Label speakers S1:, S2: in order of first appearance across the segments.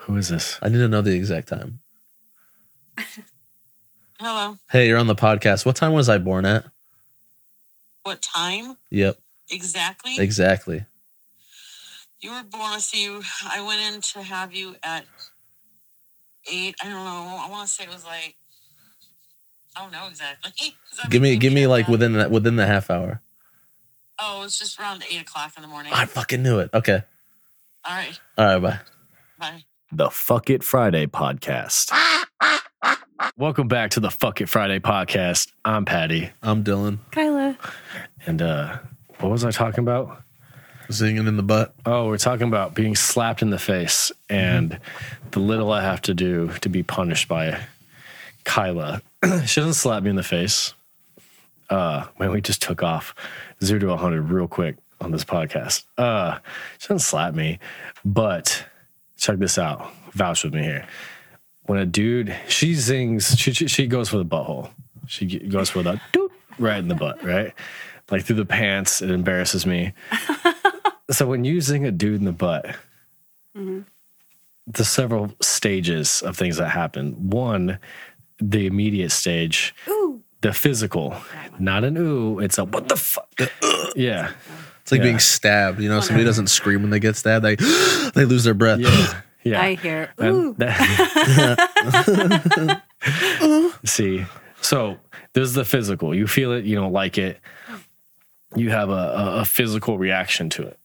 S1: Who is this?
S2: I need to know the exact time.
S3: Hello.
S2: Hey, you're on the podcast. What time was I born at?
S3: What time
S2: Yep,
S3: exactly?
S2: exactly.
S3: you were born. let see. You, I went in to have you at eight. I don't know. I want to say it was like. I don't know exactly. Does that
S2: Give me,
S3: make
S2: give me
S3: feel
S2: like
S3: bad?
S2: within that within the half hour.
S3: Oh, it was just around eight o'clock in the morning.
S2: I fucking knew it. Okay.
S3: All right.
S2: All right. Bye.
S3: Bye.
S1: The Fuck It Friday podcast. Welcome back to the Fuck It Friday podcast. I'm Patty.
S2: I'm Dylan.
S4: Kyla.
S1: And uh, what was I talking about?
S2: Zinging in the butt.
S1: Oh, we're talking about being slapped in the face and the little I have to do to be punished by Kyla. she doesn't slap me in the face. Uh, man, we just took off zero to 100 real quick on this podcast. Uh, she doesn't slap me, but check this out. Vouch with me here. When a dude, she zings, she, she, she goes for the butthole. She g- goes for the doot right in the butt, right? Like through the pants, it embarrasses me. So when you zing a dude in the butt,
S4: Mhm.
S1: there's several stages of things that happen. One, the immediate stage,
S4: Ooh.
S1: the physical, not an ooh, it's a what the fuck. yeah.
S2: It's like
S1: Yeah.
S2: being stabbed. You know, somebody doesn't scream when they get stabbed. They they lose their breath.
S1: Yeah. Yeah.
S4: I hear.
S1: And
S4: Ooh.
S1: that- see, so this is the physical. You feel it, you don't like it. You have a, a, a physical reaction to it.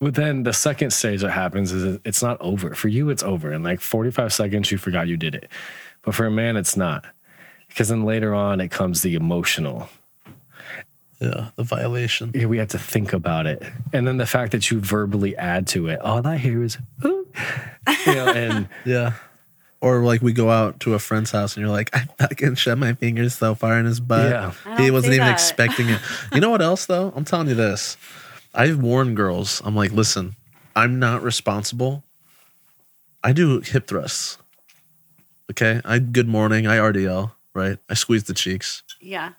S1: But then the second stage that happens is it- it's not over. For you, it's over. In like 45 seconds, you forgot you did it. But for a man, it's not. Because then later on, it comes the emotional.
S2: yeah. The violation.
S1: Yeah, we have to think about it. And then the fact that you verbally add to it, all I hear is, "Ooh." you know, and
S2: Yeah. Or like we go out to a friend's house and you're like, I fucking shoved my fingers so far in his butt.
S1: Yeah.
S4: I don't
S2: He wasn't
S4: see
S2: even
S4: that.
S2: expecting it. You know what else though? I'm telling you this. I've warned girls. I'm like, listen, I'm not responsible. I do hip thrusts. Okay. I good morning. I RDL, right? I squeeze the cheeks.
S4: Yeah.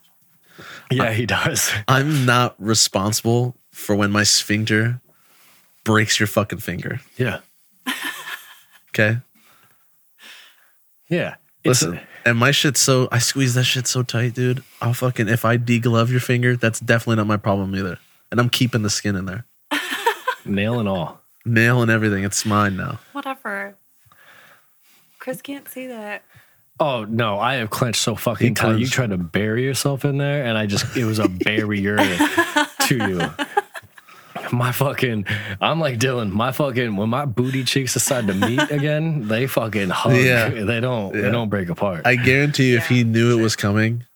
S1: yeah, he does.
S2: I'm not responsible for when my sphincter breaks your fucking finger.
S1: Yeah.
S2: Okay.
S1: Yeah. It's-
S2: Listen, and my shit's so I squeeze that shit so tight, dude. I'll fucking if I deglove your finger, that's definitely not my problem either. And I'm keeping the skin in there,
S1: nail and all.
S2: nail and everything. It's mine now.
S4: Whatever. Chris can't see that.
S1: Oh no, I have clenched so fucking
S2: He
S1: tight. You
S2: clenched.
S1: tried to bury yourself in there, and I just it was a barrier to you. My fucking, I'm like Dylan. My fucking, when my booty cheeks decide to meet again, they fucking hug.
S2: Yeah.
S1: They don't. They
S2: Yeah.
S1: don't break apart.
S2: I guarantee you, if
S3: Yeah.
S2: he knew it was coming,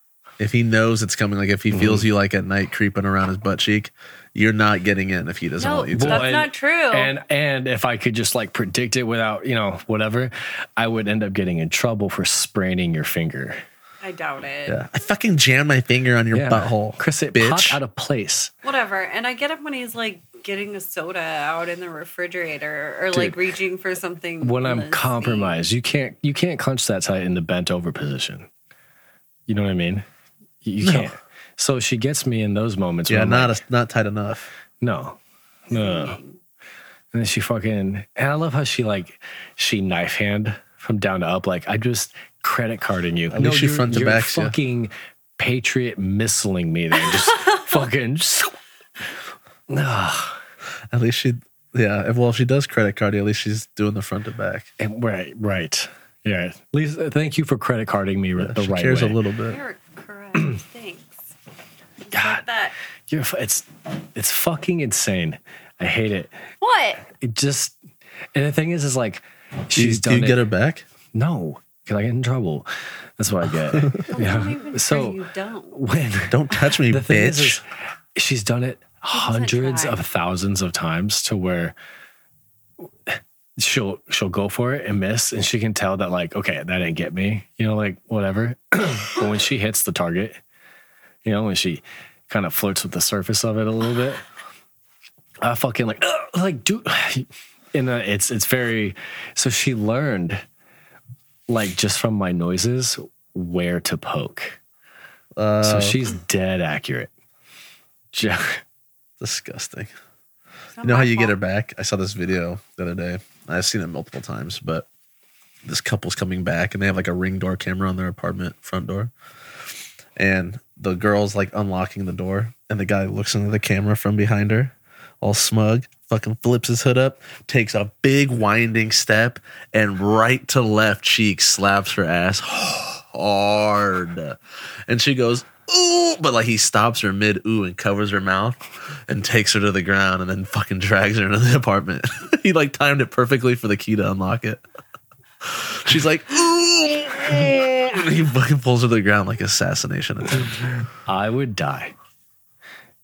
S2: if he knows it's coming, like if he feels
S1: Mm-hmm.
S2: you like at night creeping around his butt cheek, you're not getting in if he doesn't
S4: No,
S2: want you to.
S1: Well,
S4: that's
S1: and-
S4: not true.
S1: and and if I could just like predict it without you know whatever, I would end up getting in trouble for spraining your finger.
S4: I doubt it.
S2: Yeah. I fucking jammed my finger on your
S1: Yeah.
S2: butthole,
S1: Chris. It
S2: bitch.
S1: popped out of place.
S4: Whatever. And I get him when he's like getting a soda out in the refrigerator or
S1: Dude,
S4: like reaching for something.
S1: when I'm
S4: fancy.
S1: compromised, you can't you can't clench that tight in the bent over position. You know what I mean? You, you
S2: No.
S1: can't. So she gets me in those moments.
S2: yeah,
S1: when I'm
S2: not
S1: like,
S2: a, not tight enough.
S1: no, no, no. And then she fucking and I love how she like she knife hand from down to up. Like I just credit carding you.
S2: At least she
S1: you're-
S2: front to
S1: you're
S2: backs you.
S1: Fucking patriot missiling me there. Just fucking. Ugh.
S2: At least she, yeah. If, well, if she does credit card, at least she's doing the front to back.
S1: And right, right. Yeah. Lisa, thank you for credit carding me the
S2: she
S1: right
S2: cares
S1: way.
S2: a little bit.
S4: You're correct. Thanks. Just
S1: God.
S4: Like that.
S1: You're, f- it's it's fucking insane. I hate it.
S4: What?
S1: It just and the thing is, is like
S2: Do you-
S1: she's
S2: do
S1: done
S2: you
S1: it.
S2: get her back?
S1: no, because I get in trouble. That's what I get.
S4: Don't
S1: yeah.
S4: even so,
S1: So
S4: you don't.
S1: when
S2: Don't touch me,
S1: the thing
S2: bitch.
S1: is, is she's done it hundreds
S4: try.
S1: of thousands of times to where she'll she'll go for it and miss, and she can tell that like okay that didn't get me, you know, like whatever. but when she hits the target, you know, when she kind of flirts with the surface of it a little bit, I fucking like "Ugh," like dude, and uh, it's it's very so she learned like just from my noises where to poke.
S2: uh,
S1: So she's dead accurate. Ju-
S2: disgusting. You
S4: It's not
S2: know
S4: my
S2: how you get
S4: fault.
S2: her back? I saw this video the other day. I've seen it multiple times, but this couple's coming back and they have like a ring door camera on their apartment front door. And the girl's like unlocking the door, and the guy looks into the camera from behind her, all smug, fucking flips his hood up, takes a big winding step, and right to left cheek slaps her ass hard. And she goes, ooh, but like he stops her mid ooh and covers her mouth and takes her to the ground and then fucking drags her into the apartment. he like timed it perfectly for the key to unlock it. She's like, ooh, and he fucking pulls her to the ground like assassination attempt.
S1: I would die.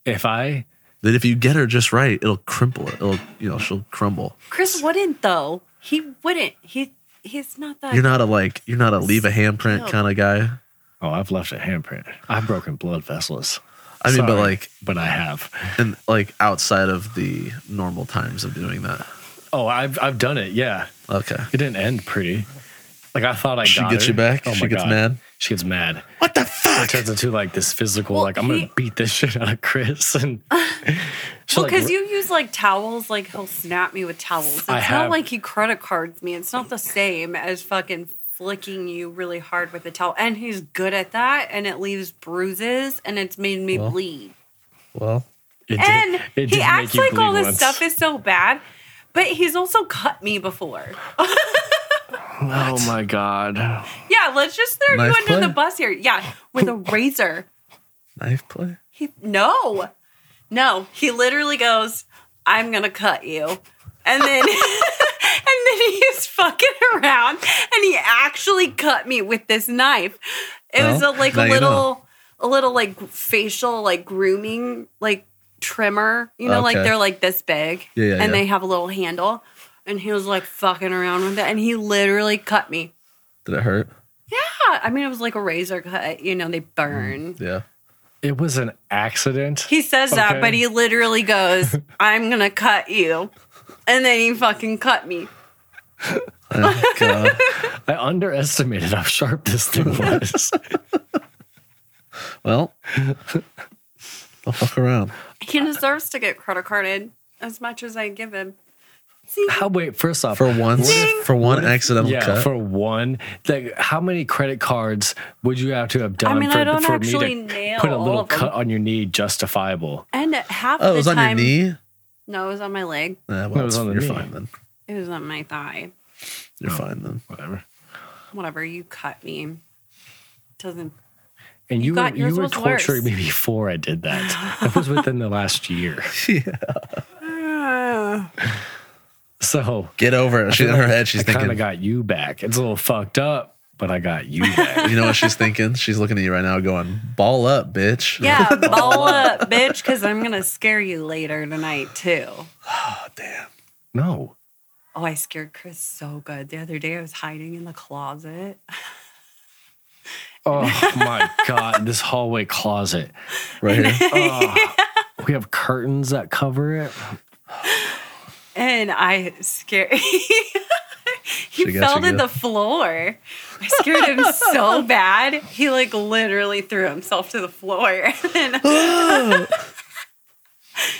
S1: If I
S2: That if you get her just right, it'll crumple it. It'll, you know, she'll crumble.
S4: Chris wouldn't though. He wouldn't. He he's not that.
S2: You're not a like, you're not a leave a handprint kind of guy.
S1: oh, I've left a handprint. I've broken blood vessels.
S2: I mean, but
S1: Sorry,
S2: like,
S1: but I have.
S2: and like outside of the normal times of doing that.
S1: Oh, I've I've done it. Yeah,
S2: Okay.
S1: it didn't end pretty. Like I thought I
S2: She
S1: got
S2: gets
S1: her.
S2: you back?
S1: Oh
S2: She
S1: my
S2: gets
S1: God.
S2: mad?
S1: She gets mad.
S2: What the
S1: It
S2: fuck?
S1: turns into like this physical,
S4: Well,
S1: like I'm
S4: he-
S1: gonna beat this shit out of Chris, and she's
S4: Well,
S1: like,
S4: because you use like towels, like he'll snap me with towels. It's
S1: I
S4: not
S1: have-
S4: like he credit cards me. It's not the same as fucking flicking you really hard with a towel. And he's good at that, and it leaves bruises, and it's made me
S2: Well,
S4: bleed.
S2: Well,
S1: it did-
S4: And
S1: it did
S4: he
S1: make
S4: acts
S1: you
S4: like all
S1: bleed
S4: this
S1: once.
S4: stuff is so bad, but he's also cut me before.
S1: Oh my god!
S4: Yeah, let's just throw
S2: Knife
S4: you under
S2: play?
S4: the bus here. Yeah, with a razor.
S2: knife play.
S4: He no, no. He literally goes, "I'm gonna cut you," and then and then he's fucking around, and he actually cut me with this knife. It was a,
S2: Well,
S4: like a
S2: now you
S4: little, a little like facial like grooming like trimmer. You know, like
S2: Okay.
S4: they're like this big,
S2: Yeah, yeah,
S4: and
S2: yeah.
S4: they have a little handle. And he was like fucking around with it, and he literally cut me.
S2: Did it hurt?
S4: Yeah, I mean, it was like a razor cut. You know, they burn.
S2: Yeah.
S1: It was an accident.
S4: He says
S1: Okay.
S4: that, but he literally goes, I'm going to cut you. And then he fucking cut me.
S2: Oh, God.
S1: I underestimated how sharp this thing was.
S2: Well, don't fuck around.
S4: He
S1: Uh,
S4: deserves to get credit carded as much as I give him. See,
S1: how? Wait, first off,
S2: For one,
S4: Ding.
S2: for one accidental
S1: yeah,
S2: cut.
S1: for one, like how many credit cards would you have to have done
S4: mean,
S1: for,
S4: I don't
S1: for
S4: actually
S1: me to
S4: nail
S1: put a
S4: all
S1: little
S4: of them.
S1: cut on your knee justifiable?
S4: and half
S2: oh,
S4: the
S2: it was on
S4: time.
S2: your knee.
S4: No, it was on my leg.
S2: Nah, well,
S1: it was
S2: it's-
S1: on the
S2: you're
S1: knee.
S2: fine then.
S4: It was on my thigh.
S2: You're
S1: Oh.
S2: fine then.
S1: Whatever.
S4: Whatever, you cut me. Doesn't.
S1: And
S4: You
S1: you,
S4: got-
S1: were, you
S4: yours
S1: were
S4: was worse.
S1: torturing me before I did that. That was within the last year. So
S2: Get over it. She, in her head, she's
S1: I kind
S2: thinking.
S1: of got you back. It's a little fucked up, but I got you back.
S2: you know what she's thinking? She's looking at you right now, going, "Ball up, bitch."
S4: yeah, ball up, bitch, because I'm going to scare you later tonight, too.
S2: Oh, damn.
S1: no.
S4: Oh, I scared Chris so good. The other day I was hiding in the closet.
S1: Oh my god, this hallway closet.
S2: Right here.
S1: Oh, We have curtains that cover it.
S4: And I scared.
S2: She
S4: he
S2: got
S4: fell
S2: you
S4: to
S2: good.
S4: the floor. I scared him so bad. He like literally threw himself to the floor. and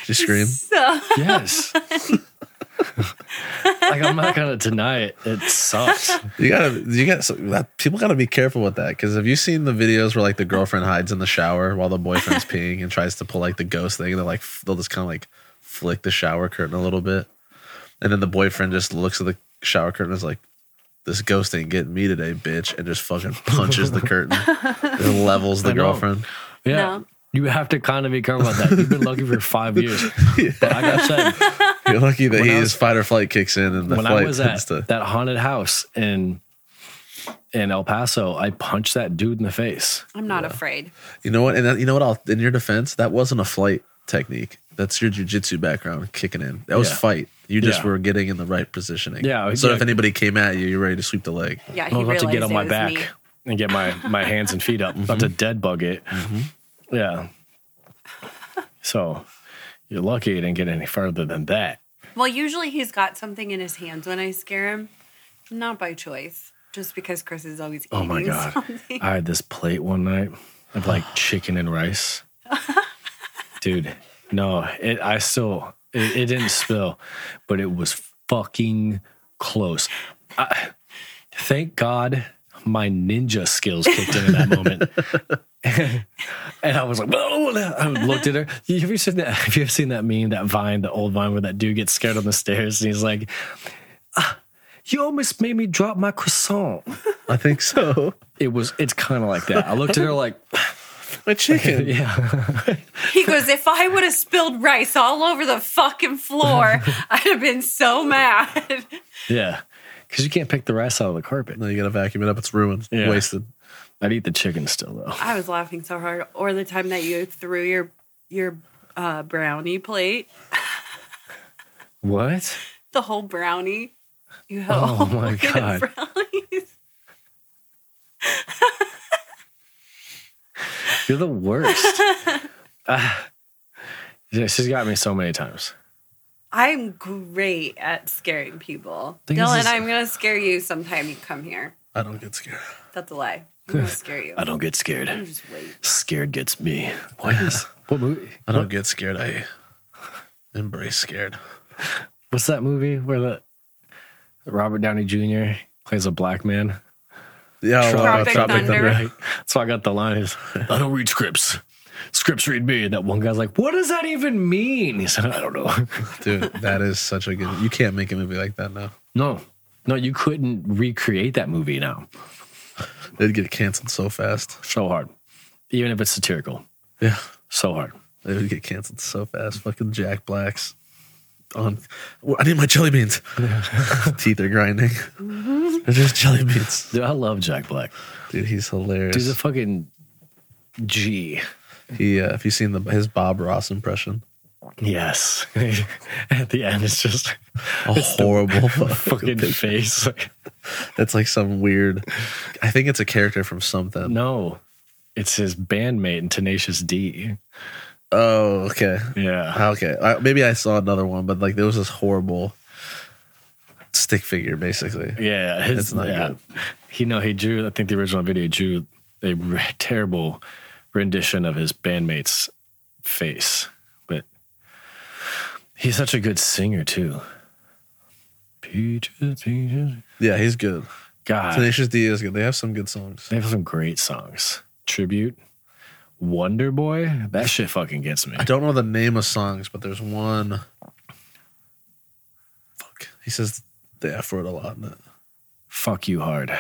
S2: She screamed.
S4: so
S1: Yes. like I'm not gonna deny it. It sucks.
S2: You gotta, you got so that, people gotta be careful with that because have you seen the videos where like the girlfriend hides in the shower while the boyfriend's peeing and tries to pull like the ghost thing and they're like f- they'll just kind of like flick the shower curtain a little bit and then the boyfriend just looks at the shower curtain and is like this ghost ain't getting me today bitch and just fucking punches the curtain and levels the
S1: I know.
S2: girlfriend
S1: Yeah.
S4: No.
S1: You have to kind of be careful about that. You've been lucky for five years. But like I said,
S2: you're lucky that
S1: When I
S2: his
S1: was-
S2: fight or flight kicks in and the
S1: when I
S2: flight
S1: was
S2: tends
S1: at
S2: to
S1: that haunted house in in El Paso, I punched that dude in the face.
S4: I'm not afraid.
S2: you know what and that, you know what I'll, in your defense that wasn't a flight technique that's your jujitsu background kicking in that was
S1: Yeah.
S2: fight you just
S1: Yeah.
S2: were getting in the right positioning
S1: Yeah,
S2: so
S1: yeah.
S2: if anybody came at you you're ready to sweep the leg
S4: Yeah,
S1: I
S4: he
S1: was about
S4: realized
S1: to get on
S4: it
S1: my
S4: was
S1: back
S4: me.
S1: and get my my hands and feet up. About to dead bug it.
S4: Mm-hmm.
S1: Yeah. So you're lucky it didn't get any further than that.
S4: Well, usually he's got something in his hands when I scare him. Not by choice, just because Chris is always
S1: Oh
S4: eating
S1: my god!
S4: something.
S1: I had this plate one night of like chicken and rice. Dude, no, it. I still it, it didn't spill, but it was fucking close. I, thank God my ninja skills kicked in at that moment. and I was like, whoa! I looked at her. You- Have you seen that? Have you ever seen that meme, that Vine, the old Vine, where that dude gets scared on the stairs and he's like, "Ah, "You almost made me drop my croissant."
S2: I think so.
S1: It was. It's kind of like that. I looked at her like,
S2: My chicken.
S1: yeah.
S4: He goes, If I would have spilled rice all over the fucking floor, I'd have been so mad.
S1: Yeah. Because you can't pick the rice out of the carpet.
S2: No, you gotta vacuum it up. It's ruined.
S1: Yeah.
S2: Wasted.
S1: I'd eat the chicken still, though.
S4: I was laughing so hard. Or the time that you threw your your uh, brownie plate,
S1: What?
S4: the whole brownie. You had
S1: Oh
S4: a whole
S1: my
S4: plate of brownies.
S1: You're the worst. Ah. Yeah, she's got me so many times.
S4: I'm great at scaring people.
S1: Thing is,
S4: Dylan,
S1: is-
S4: I'm gonna scare you sometime you come here.
S2: I don't get scared.
S4: That's a lie. I'm gonna scare you.
S1: I don't get
S4: You
S1: scared.
S4: just wait.
S1: Scared gets me. What is? What movie?
S2: I don't get scared. I embrace scared.
S1: What's that movie where the Robert Downey Jr. plays a black man?
S2: Yeah, well,
S4: Tropic Thunder.
S1: Right. That's why I got the line. Is, I don't read scripts. Scripts read me. And that one guy's like, "What does that even mean?" He said, "I don't know."
S2: Dude, that is such a good. You can't make a movie like that now.
S1: no, no, you couldn't recreate that movie now.
S2: It'd get canceled so fast.
S1: So hard, even if it's satirical.
S2: Yeah,
S1: So hard.
S2: it would get canceled so fast. Fucking Jack Blacks. On, Well, I need my jelly beans. Teeth are grinding. They're just jelly beans.
S1: Dude, I love Jack Black.
S2: Dude, he's hilarious.
S1: He's a fucking G.
S2: he, uh, if you've seen the, his Bob Ross impression,
S1: Yes. At the end, it's just
S2: a horrible fucking.
S1: fucking face. Like,
S2: That's like some weird. I think it's a character from something.
S1: no, it's his bandmate in Tenacious D.
S2: Oh, okay.
S1: Yeah.
S2: Okay, I, maybe I saw another one, but like there was this horrible stick figure, basically.
S1: Yeah. His,
S2: It's not
S1: yeah.
S2: good.
S1: He, no, he drew, I think the original video drew a re- terrible rendition of his bandmate's face. But he's such a good singer, too. Peaches, peaches.
S2: Yeah, he's good.
S1: God.
S2: Tenacious D is good. They have some good songs.
S1: They have some great songs. Tribute, Wonder Boy. That shit fucking gets me.
S2: I don't know the name of songs, but there's one. Fuck, he says the F word a lot in it.
S1: Fuck you hard.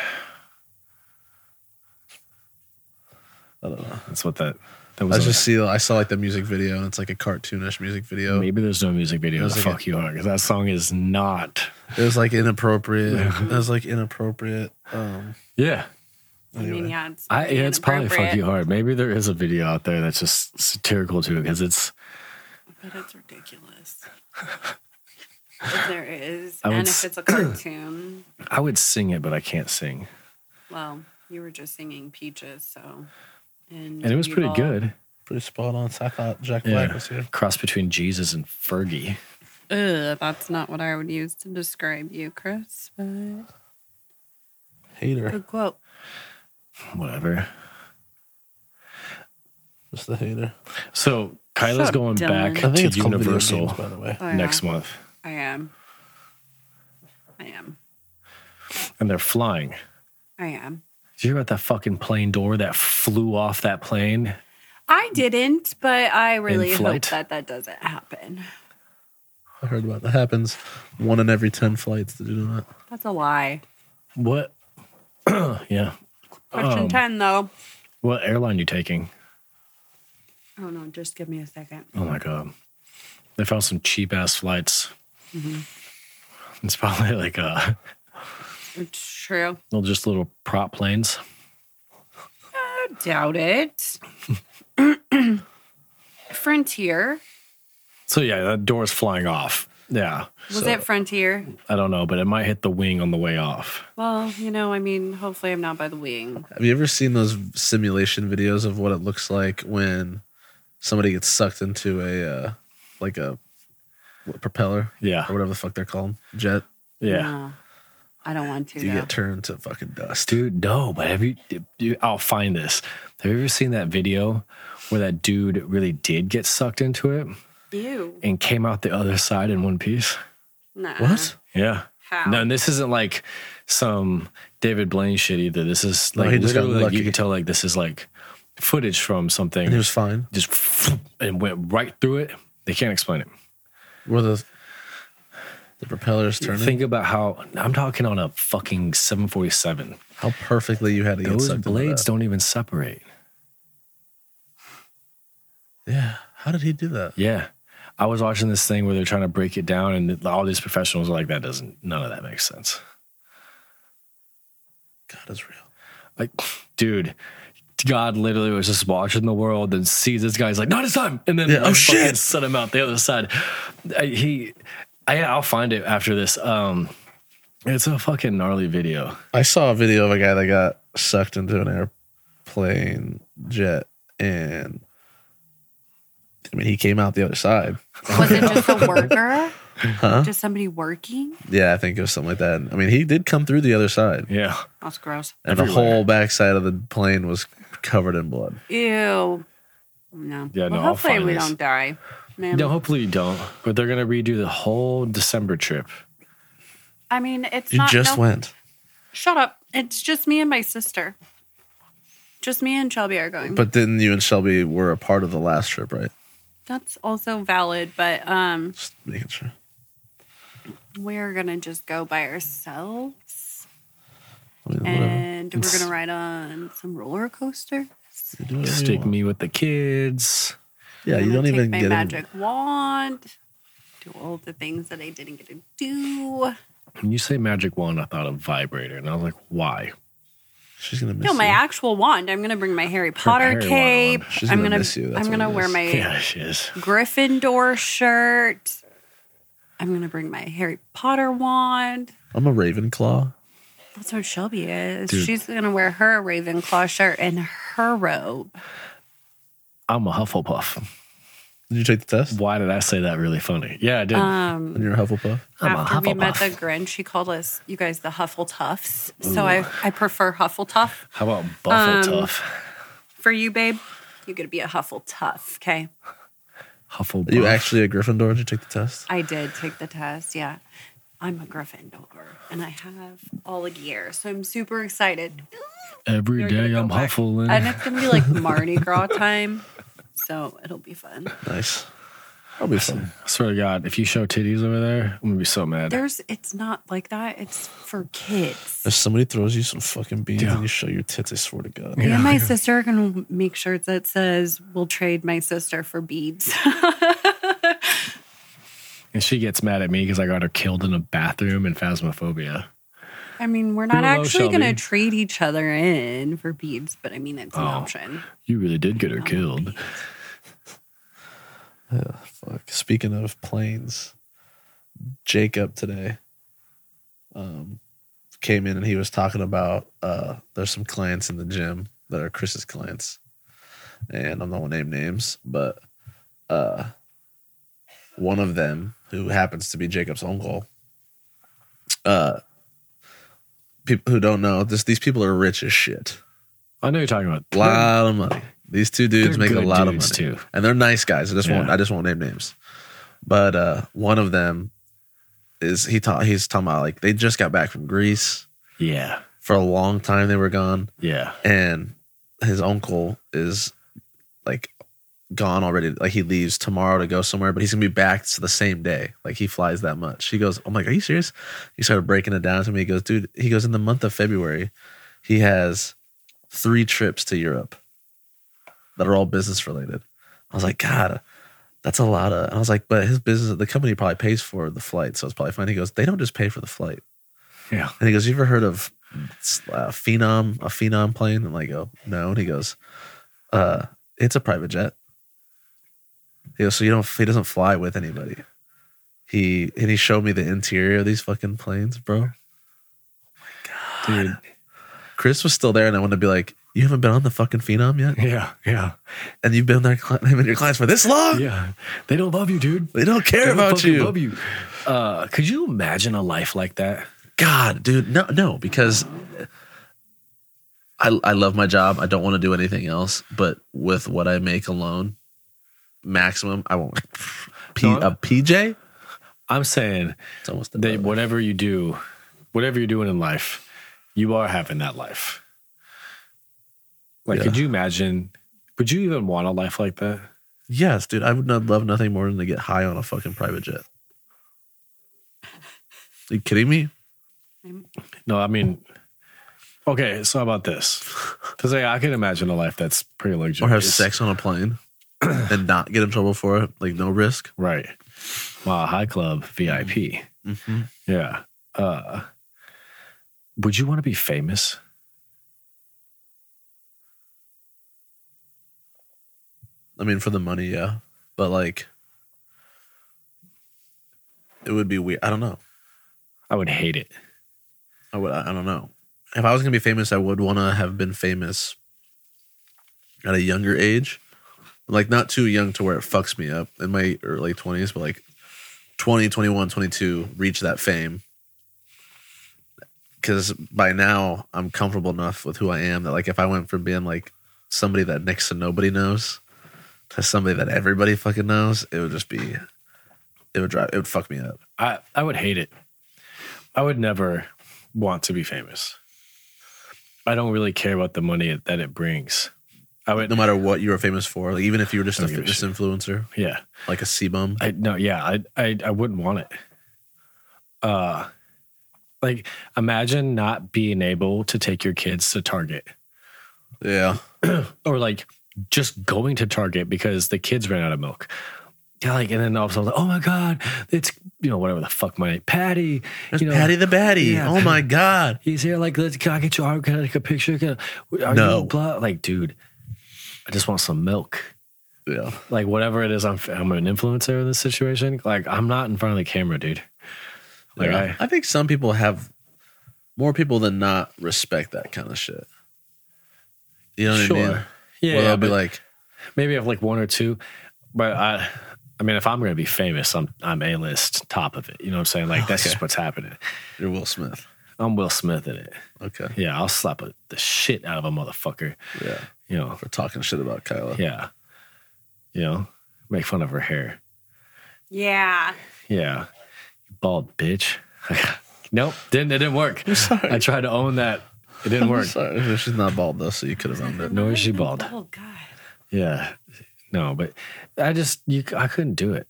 S2: I don't know.
S1: That's what that. That
S2: I
S1: was.
S2: just see, I saw like the music video, and it's like a cartoonish music video.
S1: maybe there's no music video.
S2: It was
S1: to
S2: like
S1: fuck you hard because that song is not.
S2: It was like inappropriate. it was like inappropriate. Um,
S1: Yeah,
S4: I mean,
S2: Anyway.
S4: yeah, it's,
S1: I, yeah, it's probably fuck
S4: inappropriate,
S1: you hard. Maybe there is a video out there that's just satirical too because it's.
S4: But it's ridiculous. if there is,
S1: I would
S4: and
S1: s-
S4: if it's a cartoon,
S1: I would sing it, but I can't sing,
S4: well, you were just singing peaches, so. And,
S1: and it was
S4: you
S1: pretty
S4: all-
S1: good.
S2: pretty spot on. So I thought Jack
S1: Yeah.
S2: Black was here.
S1: Cross between Jesus and Fergie.
S4: Ugh, that's not what I would use to describe you, Chris. But
S2: Hater,
S4: good quote.
S1: Whatever.
S2: just the hater.
S1: So Kyla's
S4: up,
S1: going
S4: Dylan.
S1: back
S4: I
S2: I think
S1: to
S2: it's called Video
S1: Universal
S2: Games, by the way.
S4: Oh, yeah.
S1: next month,
S4: I am. I am.
S1: and they're flying.
S4: I am.
S1: Did you hear about that fucking plane door that flew off that plane?
S4: I didn't, but I really hope
S1: flight?
S4: that that doesn't happen.
S2: I heard about that happens one in every ten flights. Did you know that?
S4: That's a lie.
S1: What? yeah.
S4: Question
S1: Um,
S4: 10, though.
S1: What airline you taking?
S4: Oh, no, just give me a second.
S1: Oh my god. They found some cheap ass flights.
S4: Mm-hmm.
S1: It's probably like uh,
S4: It's true.
S1: little just little prop planes.
S4: I doubt it. Frontier.
S1: So yeah, that door's flying off. Yeah,
S4: Was
S2: So-
S4: it Frontier?
S1: I don't know, but it might hit the wing on the way off.
S4: Well, you know, I mean, hopefully I'm not by the wing.
S2: Have you ever seen those simulation videos of what it looks like when somebody gets sucked into a uh, like a what, propeller
S1: Yeah,
S2: or whatever the fuck they're called jet?
S1: yeah.
S4: No, I don't want to.
S2: You
S4: though.
S2: get turned to fucking dust.
S1: Dude, no, but have you, you? I'll find this. Have you ever seen that video where that dude really did get sucked into it
S4: Ew.
S1: and came out the other side in one piece?
S4: Nuh-uh.
S2: What?
S1: Yeah.
S4: How?
S1: No, and this isn't like some David Blaine shit either. This is
S2: No,
S1: like
S2: he just got
S1: literally like, you
S2: lucky.
S1: can tell like this is like footage from something
S2: And he was fine.
S1: just and went right through it. They can't explain it.
S2: Were the the propellers turning?
S1: Think about how I'm talking on a fucking 747.
S2: How perfectly you had to get
S1: Those
S2: sucked
S1: blades
S2: Into
S1: don't even separate.
S2: that. Yeah. How did he do that?
S1: Yeah. I was watching this thing where they're trying to break it down, and all these professionals are like, that doesn't, none of that makes sense.
S2: God is real.
S1: Like, dude, God literally was just watching the world and sees this guy's like, not his time. And then,
S2: Yeah, oh,
S1: like, fucking
S2: shit.
S1: Sent him out the other side. I, he, I, I'll find it after this. Um, it's a fucking gnarly video.
S2: I saw a video of a guy that got sucked into an airplane jet, and I mean, he came out the other side.
S4: Was it just a worker?
S2: Huh?
S4: Just somebody working?
S2: Yeah, I think it was something like that. I mean, he did come through the other side,
S1: Yeah.
S4: That's gross.
S2: and the
S1: Everywhere.
S2: whole backside of the plane was covered in blood.
S4: Ew. No.
S1: Yeah, no,
S4: Well,
S1: I'll
S4: hopefully
S1: find
S4: we
S1: this.
S4: don't die. Man.
S1: No, hopefully you don't, but they're going to redo the whole December trip.
S4: I mean, it's
S2: You
S4: not.
S2: just
S4: no-
S2: went.
S4: Shut up. It's just me and my sister. Just me and Shelby are going.
S2: But then you and Shelby were a part of the last trip, right?
S4: That's also valid, but um
S2: Just making sure.
S4: we're gonna just go by ourselves
S2: I mean, whatever.
S4: and we're gonna ride on some roller coaster.
S2: You do whatever you
S1: Stick
S2: want.
S1: me with the kids.
S2: Yeah,
S4: I'm
S2: you
S4: gonna
S2: don't
S4: take
S2: even
S4: my
S2: get in.
S4: magic wand. Do all the things that I didn't get to do.
S1: When you say magic wand, I thought of vibrator, and I was like, why?
S2: She's gonna miss
S4: No, my
S2: you.
S4: actual wand. I'm gonna bring my Harry Potter
S1: Harry
S4: cape.
S1: wand on.
S2: She's
S4: I'm
S2: gonna
S4: gonna
S2: miss you, that's
S4: I'm
S2: what
S4: gonna
S2: it
S4: wear
S2: is.
S4: my
S1: Yeah, she is.
S4: Gryffindor shirt. I'm gonna bring my Harry Potter wand.
S2: I'm a Ravenclaw.
S4: That's what Shelby is.
S1: Dude.
S4: She's gonna wear her Ravenclaw shirt and her robe.
S1: I'm a Hufflepuff.
S2: Did you take the test?
S1: Why did I say that really funny? Yeah, I did.
S2: And
S4: Um,
S2: you're a Hufflepuff.
S1: I'm a
S4: after we met the
S1: Hufflepuff.
S4: Grinch, she called us you guys the Huffletuffs. So I, I prefer Huffletuff
S1: How about Buffletuff?
S4: Um, for you, babe. You gotta be a Huffletuff. Okay,
S1: Hufflepuff.
S2: Are you actually a Gryffindor? Did you take the test?
S4: I did take the test. Yeah, I'm a Gryffindor, and I have all the gear, so I'm super excited.
S1: Every
S4: You're
S1: day
S4: gonna
S1: I'm
S4: go back.
S1: huffling.
S4: And it's gonna be like Mardi Gras time, so it'll be fun.
S2: Nice. That'll be fun.
S1: I swear to God, if you show titties over there, I'm gonna be so mad.
S4: There's, it's not like that. It's for kids.
S2: If somebody throws you some fucking beans
S1: Yeah.
S2: and you show your tits, I swear to God.
S4: Me and my sister are gonna make shirts that says "We'll trade my sister for beads."
S1: and she gets mad at me because I got her killed in a bathroom in Phasmophobia.
S4: I mean, we're not
S1: Hello,
S4: actually gonna
S1: Shelby.
S4: trade each other in for beads, but I mean, it's an
S1: Oh.
S4: option.
S1: You really did get her killed.
S2: Fuck. Speaking of planes, Jacob today um, came in and he was talking about uh, there's some clients in the gym that are Chris's clients. And I'm not going to name names, but uh, one of them, who happens to be Jacob's uncle, uh, people who don't know, this, these people are rich as shit.
S1: I know you're talking about.
S2: A lot of money. These two dudes
S1: They're
S2: make a
S1: good
S2: lot of money
S1: dudes, too.
S2: and they're nice guys. I just won't.
S1: Yeah.
S2: I just won't name names. But uh, one of them is he taught. He's talking about like they just got back from Greece.
S1: Yeah,
S2: For a long time they were gone,
S1: yeah.
S2: and his uncle is like gone already. Like he leaves tomorrow to go somewhere, but he's gonna be back to the same day. Like he flies that much. He goes, I'm like, are you serious? He started breaking it down to me. He goes, dude. He goes in the month of February, he has three trips to Europe that are all business related. I was like, God, that's a lot of. And I was like, but his business, the company probably pays for the flight, so it's probably fine. He goes, they don't just pay for the flight.
S1: Yeah.
S2: And he goes, you ever heard of uh, Phenom, a Phenom plane? And I go, no. And he goes, uh, it's a private jet. He goes, so you don't. He doesn't fly with anybody. He and he showed me the interior of these fucking planes, bro.
S1: Dude.
S2: Chris was still there, and I wanted to be like, you haven't been on the fucking Phenom yet,
S1: Yeah, yeah,
S2: and you've been there, him and your clients for this long.
S1: yeah. They don't love you, dude.
S2: They don't care
S1: They don't
S2: about
S1: fucking
S2: you.
S1: Love you. Uh, could you imagine a life like that?
S2: God, dude, no, no, because I I love my job. I don't want to do anything else, but with what I make alone, maximum, I won't. P,
S1: No, I'm-
S2: a PJ?
S1: I'm saying
S2: It's almost
S1: that
S2: the
S1: whatever you do, whatever you're doing in life, you are having that life. Like,
S2: Yeah.
S1: could you imagine? Would you even want a life like that?
S2: Yes, dude. I would not love nothing more than to get high on a fucking private jet. Are you kidding me?
S1: No, I mean, okay. So how about this? Because I can imagine a life that's pretty luxurious.
S2: Or have sex on a plane and not get in trouble for it, like no risk.
S1: right? Wow, high club VIP.
S2: Mm-hmm.
S1: Yeah. Uh, would you want to be famous?
S2: I mean, for the money, yeah, but like, it would be weird. I don't know.
S1: I would hate it.
S2: I would. I I don't know. If I was gonna be famous, I would want to have been famous at a younger age, like not too young to where it fucks me up in my early twenties, but like 20, 21, 22, reach that fame. Because by now I'm comfortable enough with who I am that like if I went from being like somebody that next to nobody knows to somebody that everybody fucking knows, it would just be, it would drive, it would fuck me up.
S1: I, I would hate it. I would never want to be famous. I don't really care about the money that it brings. I would
S2: No matter what you were famous for, like even if you were just a
S1: Don't give a
S2: fitness
S1: shit.
S2: influencer,
S1: yeah.
S2: like a sebum.
S1: I no, yeah, I I I wouldn't want it. Uh like imagine not being able to take your kids to Target
S2: Yeah,
S1: or like just going to Target because the kids ran out of milk. Yeah, like and then all of a sudden, like, oh my god, it's you know whatever the fuck my name, Patty.
S2: there's
S1: you know,
S2: Patty the Batty.
S1: yeah.
S2: Oh my god,
S1: He's here. Like, let's, can I get your arm? Can I take a picture? Can I, are
S2: No.
S1: you blah? Like, dude, I just want some milk.
S2: yeah,
S1: Like, whatever it is, I'm I'm an influencer in this situation. Like, I'm not in front of the camera, dude. Like,
S2: Yeah. I, think some people have more people than not respect that kind of shit. You know
S1: I
S2: what
S1: sure,
S2: I mean?
S1: yeah,
S2: well,
S1: yeah,
S2: they'll be
S1: but
S2: like,
S1: maybe I have like one or two, but I. I mean, if I'm going to be famous, I'm I'm a list top of it. You know what I'm saying? Like that's
S2: Oh, Okay.
S1: just what's happening.
S2: "You're Will Smith."
S1: I'm Will Smith in it.
S2: Okay,
S1: Yeah, I'll slap a, the shit out of a motherfucker.
S2: yeah,
S1: You know,
S2: for talking shit about Kyla.
S1: yeah, you know, make fun of her hair.
S4: Yeah.
S1: Yeah. You bald bitch. nope. Didn't it didn't work.
S2: I'm sorry.
S1: I tried to own that. It didn't
S2: I'm
S1: work.
S2: sorry. She's not bald though, so you could have owned it.
S1: Nor is she bald.
S4: Oh God.
S1: Yeah. No, but I just you I couldn't do it.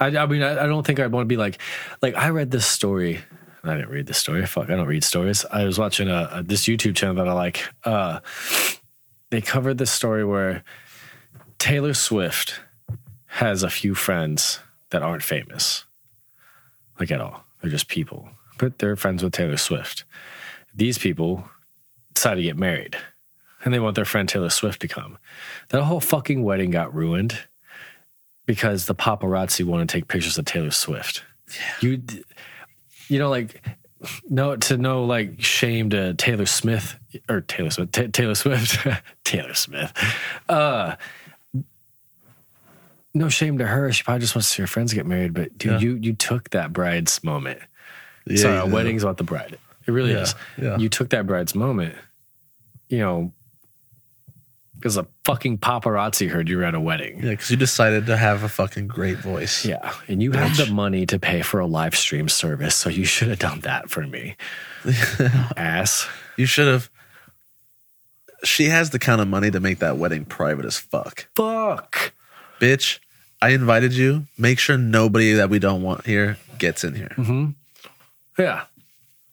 S1: I, I mean, I, I don't think I'd want to be like, like I read this story. I didn't read this story. Fuck, I don't read stories. I was watching a, a this YouTube channel that I like. Uh, they covered this story where Taylor Swift has a few friends that aren't famous, like at all. They're just people, but they're friends with Taylor Swift. These people decide to get married, and they want their friend Taylor Swift to come. That whole fucking wedding got ruined because the paparazzi want to take pictures of Taylor Swift. You, d- you know, like no to no like shame to Taylor Smith or Taylor Swift, Ta Taylor Swift, Taylor Smith. Uh, no shame to her. She probably just wants to see her friends get married. But dude,
S2: Yeah.
S1: you you took that bride's moment.
S2: Yeah,
S1: Sorry,
S2: you
S1: a
S2: did.
S1: wedding's about the bride. It really
S2: Yeah,
S1: is.
S2: yeah.
S1: You took that bride's moment. You know, because a fucking paparazzi heard you were at a wedding.
S2: Yeah, because you decided to have a fucking great voice.
S1: Yeah, and you have the money to pay for a live stream service, so you should have done that for me, ass.
S2: you should have. She has the kind of money to make that wedding private as fuck.
S1: Fuck.
S2: bitch, I invited you. Make sure nobody that we don't want here gets in here.
S1: Mm-hmm. Yeah,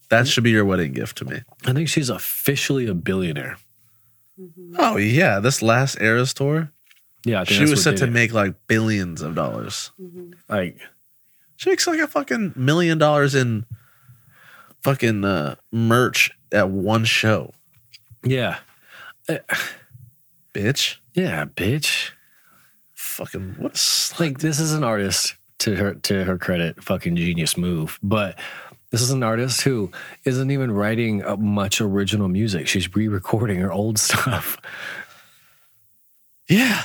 S2: That should be your wedding gift to me.
S1: I think she's officially a billionaire.
S4: Mm-hmm,
S2: Oh yeah, this last Eras tour,
S1: Yeah, I think
S2: she
S1: that's
S2: was
S1: what
S2: set to
S1: did it.
S2: make like billions of dollars.
S4: mm-hmm.
S1: like
S2: She makes like a fucking million dollars in fucking uh, merch at one show,
S1: yeah,
S2: bitch.
S1: yeah, bitch.
S2: Fucking what? a s-
S1: Like this is an artist to her to her credit, fucking genius move, but. This is an artist who isn't even writing uh, much original music. She's re-recording her old stuff.
S2: Yeah.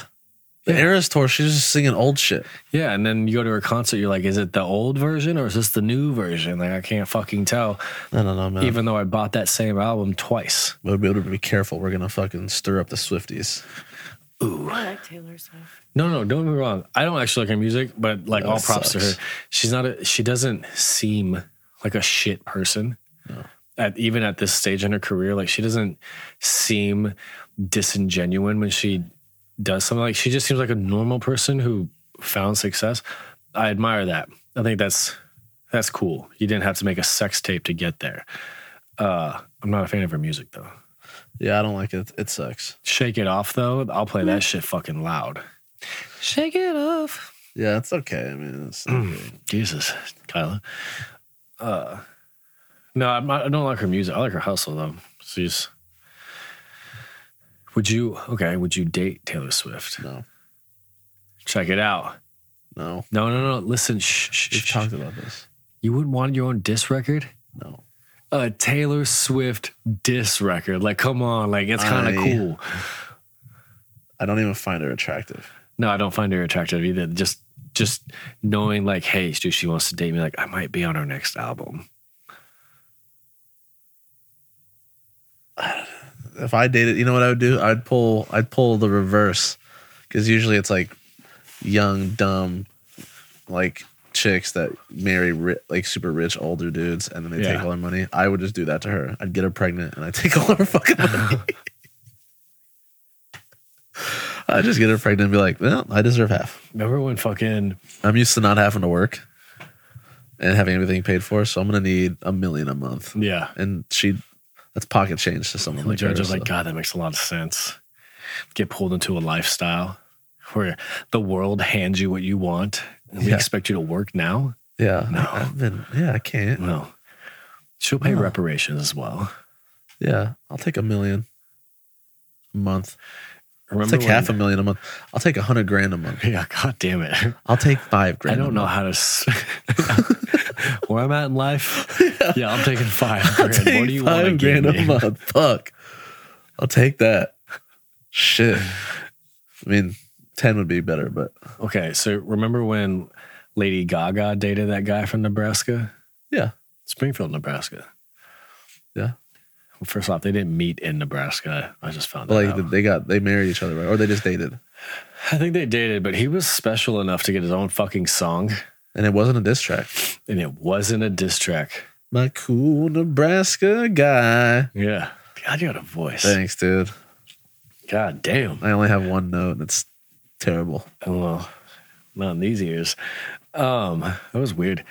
S2: The
S1: Yeah.
S2: Eras tour, she's just singing old shit.
S1: Yeah, and then you go to her concert, you're like, is it the old version or is this the new version? Like, I can't fucking tell,
S2: I don't know, man. Even-
S1: even though I bought that same album twice.
S2: we'll be able to be careful. We're gonna fucking stir up the Swifties.
S1: ooh.
S4: I like Taylor Swift.
S1: No, no, don't get me wrong. I don't actually like her music, but like
S2: That
S1: all props
S2: sucks.
S1: to her. She's not a she doesn't seem like a shit person.
S2: No.
S1: At even at this stage in her career, like she doesn't seem disingenuine when she does something. Like she just seems like a normal person who found success. I admire that. I think that's that's cool. You didn't have to make a sex tape to get there. Uh, I'm not a fan of her music though.
S2: Yeah, I don't like it. It sucks.
S1: Shake it off though. I'll play that shit fucking loud. Mm. Shake it off.
S2: Yeah, it's okay. I mean, it's not great.
S1: Mm, Jesus, Kyla. Uh, no, I'm not, I don't like her music. I like her hustle though. She's. Would you okay? Would you date Taylor Swift?
S2: no,
S1: Check it out.
S2: no.
S1: No, no, no. Listen, shh, shh,
S2: We've
S1: shh,
S2: talked
S1: shh.
S2: about this.
S1: You wouldn't want your own diss record.
S2: No,
S1: A Taylor Swift diss record. Like, come on. Like, it's kind
S2: I-
S1: of cool.
S2: I don't even find her attractive.
S1: No, I don't find her attractive either. Just, just knowing, like, hey, dude, she wants to date me. Like, I might be on her next album.
S2: If I dated, you know what I would do? I'd pull, I'd pull the reverse, because usually it's like young, dumb, like chicks that marry ri- like super rich older dudes, and then they
S1: Yeah.
S2: take all their money. I would just do that to her. I'd get her pregnant, and I would take all her fucking money. I would just get her pregnant and be like, "Well, I deserve half."
S1: Remember when fucking
S2: I'm used to not having to work and having everything paid for, so I'm gonna need a million a month.
S1: yeah.
S2: And she, that's pocket change to someone
S1: And the
S2: like her.
S1: judge was like,
S2: so-
S1: God, that makes a lot of sense. Get pulled into a lifestyle where the world hands you what you want and we
S2: Yeah.
S1: expect you to work now.
S2: yeah,
S1: No.
S2: I've been, yeah, I can't.
S1: No. She'll pay
S2: No.
S1: reparations as well.
S2: Yeah, I'll take a million a month. I'll
S1: Remember
S2: take half a
S1: when-
S2: million a month. I'll take a hundred grand a month.
S1: Yeah, god damn it.
S2: I'll take five
S1: I
S2: grand.
S1: don't
S2: a
S1: know
S2: month.
S1: how to s- where I'm at in life. Yeah, I'm taking five
S2: I'll
S1: grand.
S2: take
S1: what do you want to
S2: five
S1: give
S2: grand
S1: me?
S2: a month. Fuck, I'll take that. Shit. I mean, ten would be better, but
S1: Okay, so remember when Lady Gaga dated that guy from Nebraska?
S2: Yeah.
S1: Springfield, Nebraska.
S2: Yeah.
S1: Well, first off, they didn't meet in Nebraska. I just found that
S2: like
S1: out.
S2: they got they married each other, right? Or they just dated.
S1: I think they dated, but he was special enough to get his own fucking song,
S2: And it wasn't a diss track.
S1: and it wasn't a diss track.
S2: My cool Nebraska guy.
S1: Yeah. God, you got a voice.
S2: Thanks, dude.
S1: God damn.
S2: I only have one note and it's terrible.
S1: Well, not in these ears. Um, that was weird.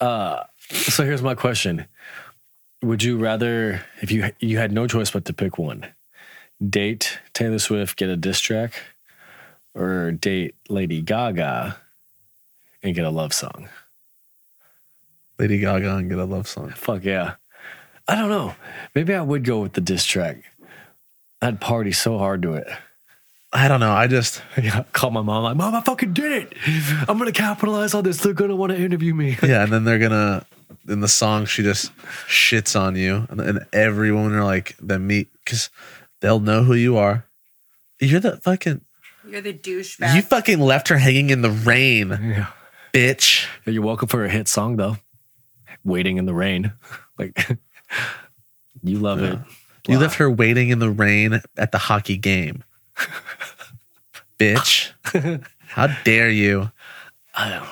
S1: Uh, so here's my question: Would you rather, if you you had no choice but to pick one, date Taylor Swift, get a diss track, or date Lady Gaga and get a love song?
S2: Lady Gaga and get a love song.
S1: Fuck yeah! I don't know. Maybe I would go with the diss track. I'd party so hard to it.
S2: I don't know. I just
S1: Yeah, call my mom like, "Mom, I fucking did it! I'm gonna capitalize on this. They're gonna want to interview me."
S2: yeah, and then they're gonna in the song she just shits on you, and, and every woman are like that meet because they'll know who you are. You're the fucking
S4: You're the douchebag.
S2: you fucking left her hanging in the rain,
S1: Yeah.
S2: bitch.
S1: You're welcome for a hit song though. Waiting in the rain. Like you love it.
S2: You
S1: Wow.
S2: left her waiting in the rain at the hockey game, bitch. How dare you?
S1: I don't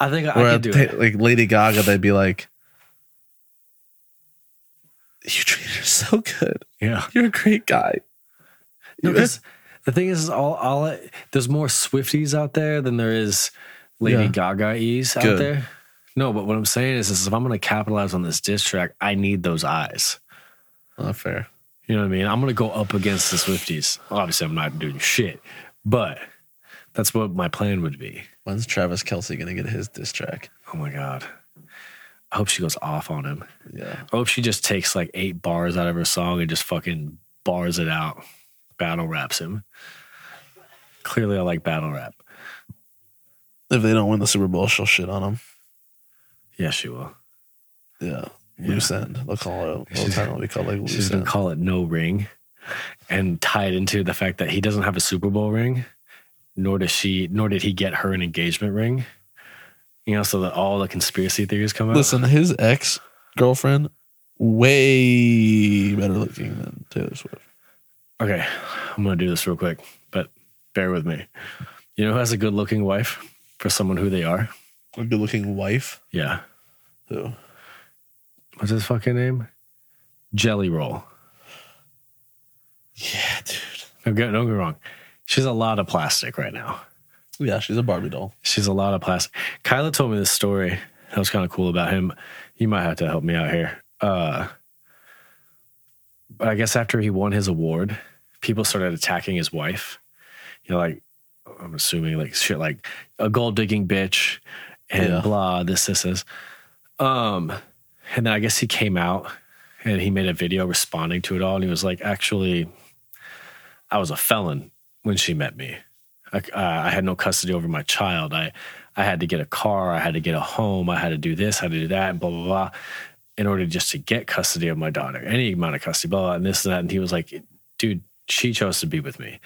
S1: I think I,
S2: Or
S1: I could do
S2: ta-
S1: it.
S2: like Lady Gaga, they'd be like, "You treated her so good.
S1: Yeah.
S2: You're a great guy."
S1: No,
S2: You-
S1: 'cause the thing is, is all all I- there's more Swifties out there than there is Lady
S2: Yeah.
S1: Gaga ease out
S2: Good.
S1: there. No, but what I'm saying is, is if I'm gonna capitalize on this diss track, I need those eyes.
S2: not oh, fair.
S1: You know what I mean? I'm gonna go up against the Swifties. Obviously, I'm not doing shit, but that's what my plan would be.
S2: When's Travis Kelsey gonna get his diss track?
S1: Oh my god. I hope she goes off on him.
S2: Yeah,
S1: I hope she just takes like eight bars out of her song and just fucking bars it out. Battle raps him. Clearly, I like battle rap.
S2: if they don't win the Super Bowl, she'll shit on him.
S1: Yes, she will.
S2: Yeah,
S1: Yeah.
S2: loose end. They'll call it. Well,
S1: She's-
S2: time will be called like
S1: She's
S2: loose
S1: gonna
S2: end.
S1: call it no ring and tie it into the fact that he doesn't have a Super Bowl ring, nor does she, nor did he get her an engagement ring. You know, so that all the conspiracy theories come out.
S2: Listen, his ex girlfriend way better looking than Taylor Swift.
S1: Okay, I'm gonna do this real quick, but bear with me. You know who has a good looking wife for someone who they are?
S2: A good looking wife.
S1: Yeah.
S2: Who?
S1: What's his fucking name? Jelly Roll.
S2: Yeah, dude.
S1: Don't get, don't get me wrong. She's a lot of plastic right now.
S2: Yeah, she's a Barbie doll.
S1: She's a lot of plastic. Kyla told me this story that was kind of cool about him. You might have to help me out here. Uh, but I guess after he won his award, people started attacking his wife. You know, like I'm assuming like shit, like a gold digging bitch, and
S2: Yeah.
S1: blah this this this. Um, and then I guess he came out and he made a video responding to it all, and he was like, actually, I was a felon when she met me. I, uh, I had no custody over my child. I, I had to get a car. I had to get a home. I had to do this. I had to do that. And blah blah blah, in order just to get custody of my daughter, any amount of custody, blah, blah and this and that. And he was like, "Dude, she chose to be with me.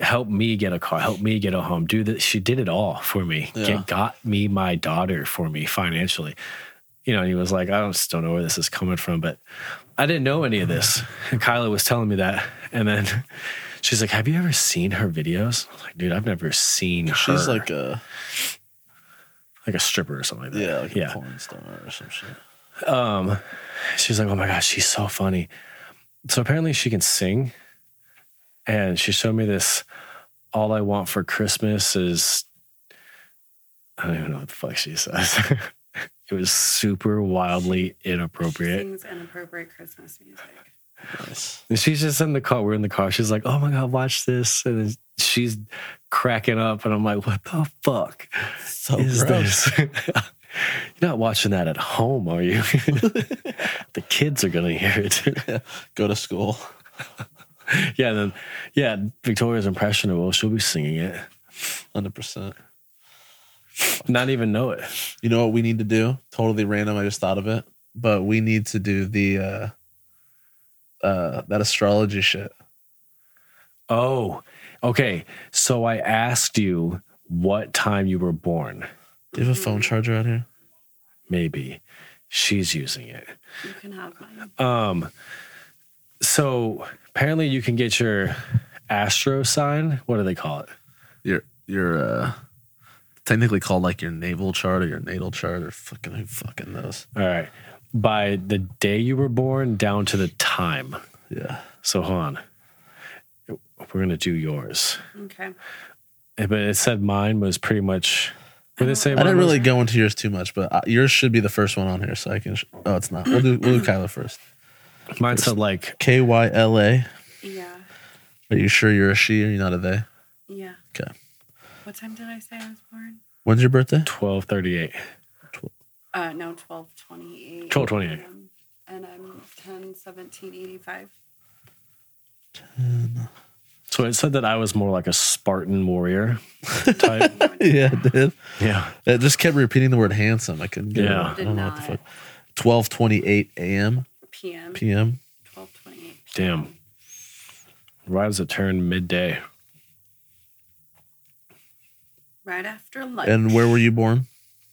S1: Help me get a car. Help me get a home. Do this. She did it all for me.
S2: Yeah.
S1: Get, got me my daughter for me financially." You know, and he was like, "I don't- just don't know where this is coming from, but I didn't know any of this." And Kyla was telling me that, and then. She's like, "Have you ever seen her videos?" I was like, "Dude, I've never seen her."
S2: She's like a
S1: like a stripper or something like that.
S2: yeah, like
S1: yeah.
S2: a porn star or some shit.
S1: Um, she's like, "Oh my gosh, she's so funny." So apparently, she can sing, and she showed me this. All I want for Christmas is I don't even know what the fuck she says. it was super wildly inappropriate.
S4: Sings inappropriate Christmas music.
S2: Nice.
S1: And she's just in the car. We're in the car. She's like, "Oh my god, watch this!" And then she's cracking up, and I'm like, "What the fuck?"
S2: So
S1: is
S2: gross.
S1: this? You're not watching that at home, are you? the kids are gonna hear it.
S2: Go to school.
S1: yeah, and then yeah, Victoria's impressionable. She'll be singing it,
S2: Hundred percent.
S1: not even know it.
S2: You know what we need to do? Totally random. I just thought of it, but we need to do the uh uh that astrology shit.
S1: Oh, okay. So I asked you what time you were born.
S2: Do you have a phone charger out here?
S1: Maybe she's using it.
S4: You can have mine.
S1: Um, so apparently you can get your astro sign. What do they call it?
S2: Your your uh technically called like your navel chart or your natal chart or fucking who fucking knows.
S1: All right, by the day you were born down to the time.
S2: Yeah.
S1: So hold on. We're gonna do yours.
S4: Okay.
S1: Eh, But it said mine was pretty much what did it say?
S2: I didn't
S1: mine was?
S2: really go into yours too much, but uh, yours should be the first one on here, so I can. Sh- oh, it's not. We'll do we'll do Kyla first.
S1: mine said like
S2: K Y L A.
S4: Yeah.
S2: Are you sure you're a she or you're not a they?
S4: Yeah.
S2: 'Kay.
S4: What time did I say I was born?
S2: When's your birthday?
S1: twelve thirty eight.
S4: Uh, no, 12, 28.
S1: 12:28.
S4: And I'm 10, 17, 85.
S1: So it said that I was more like a Spartan warrior type.
S2: yeah, it did.
S1: yeah.
S2: It just kept repeating the word handsome. I couldn't get
S1: Yeah.
S2: it. I don't know what the
S4: Did not.
S2: fuck. Twelve twenty eight a.m.
S4: PM.
S2: p.m.
S4: 12, 28.
S1: Damn. Right as it turned midday.
S4: Right after lunch.
S2: And where were you born?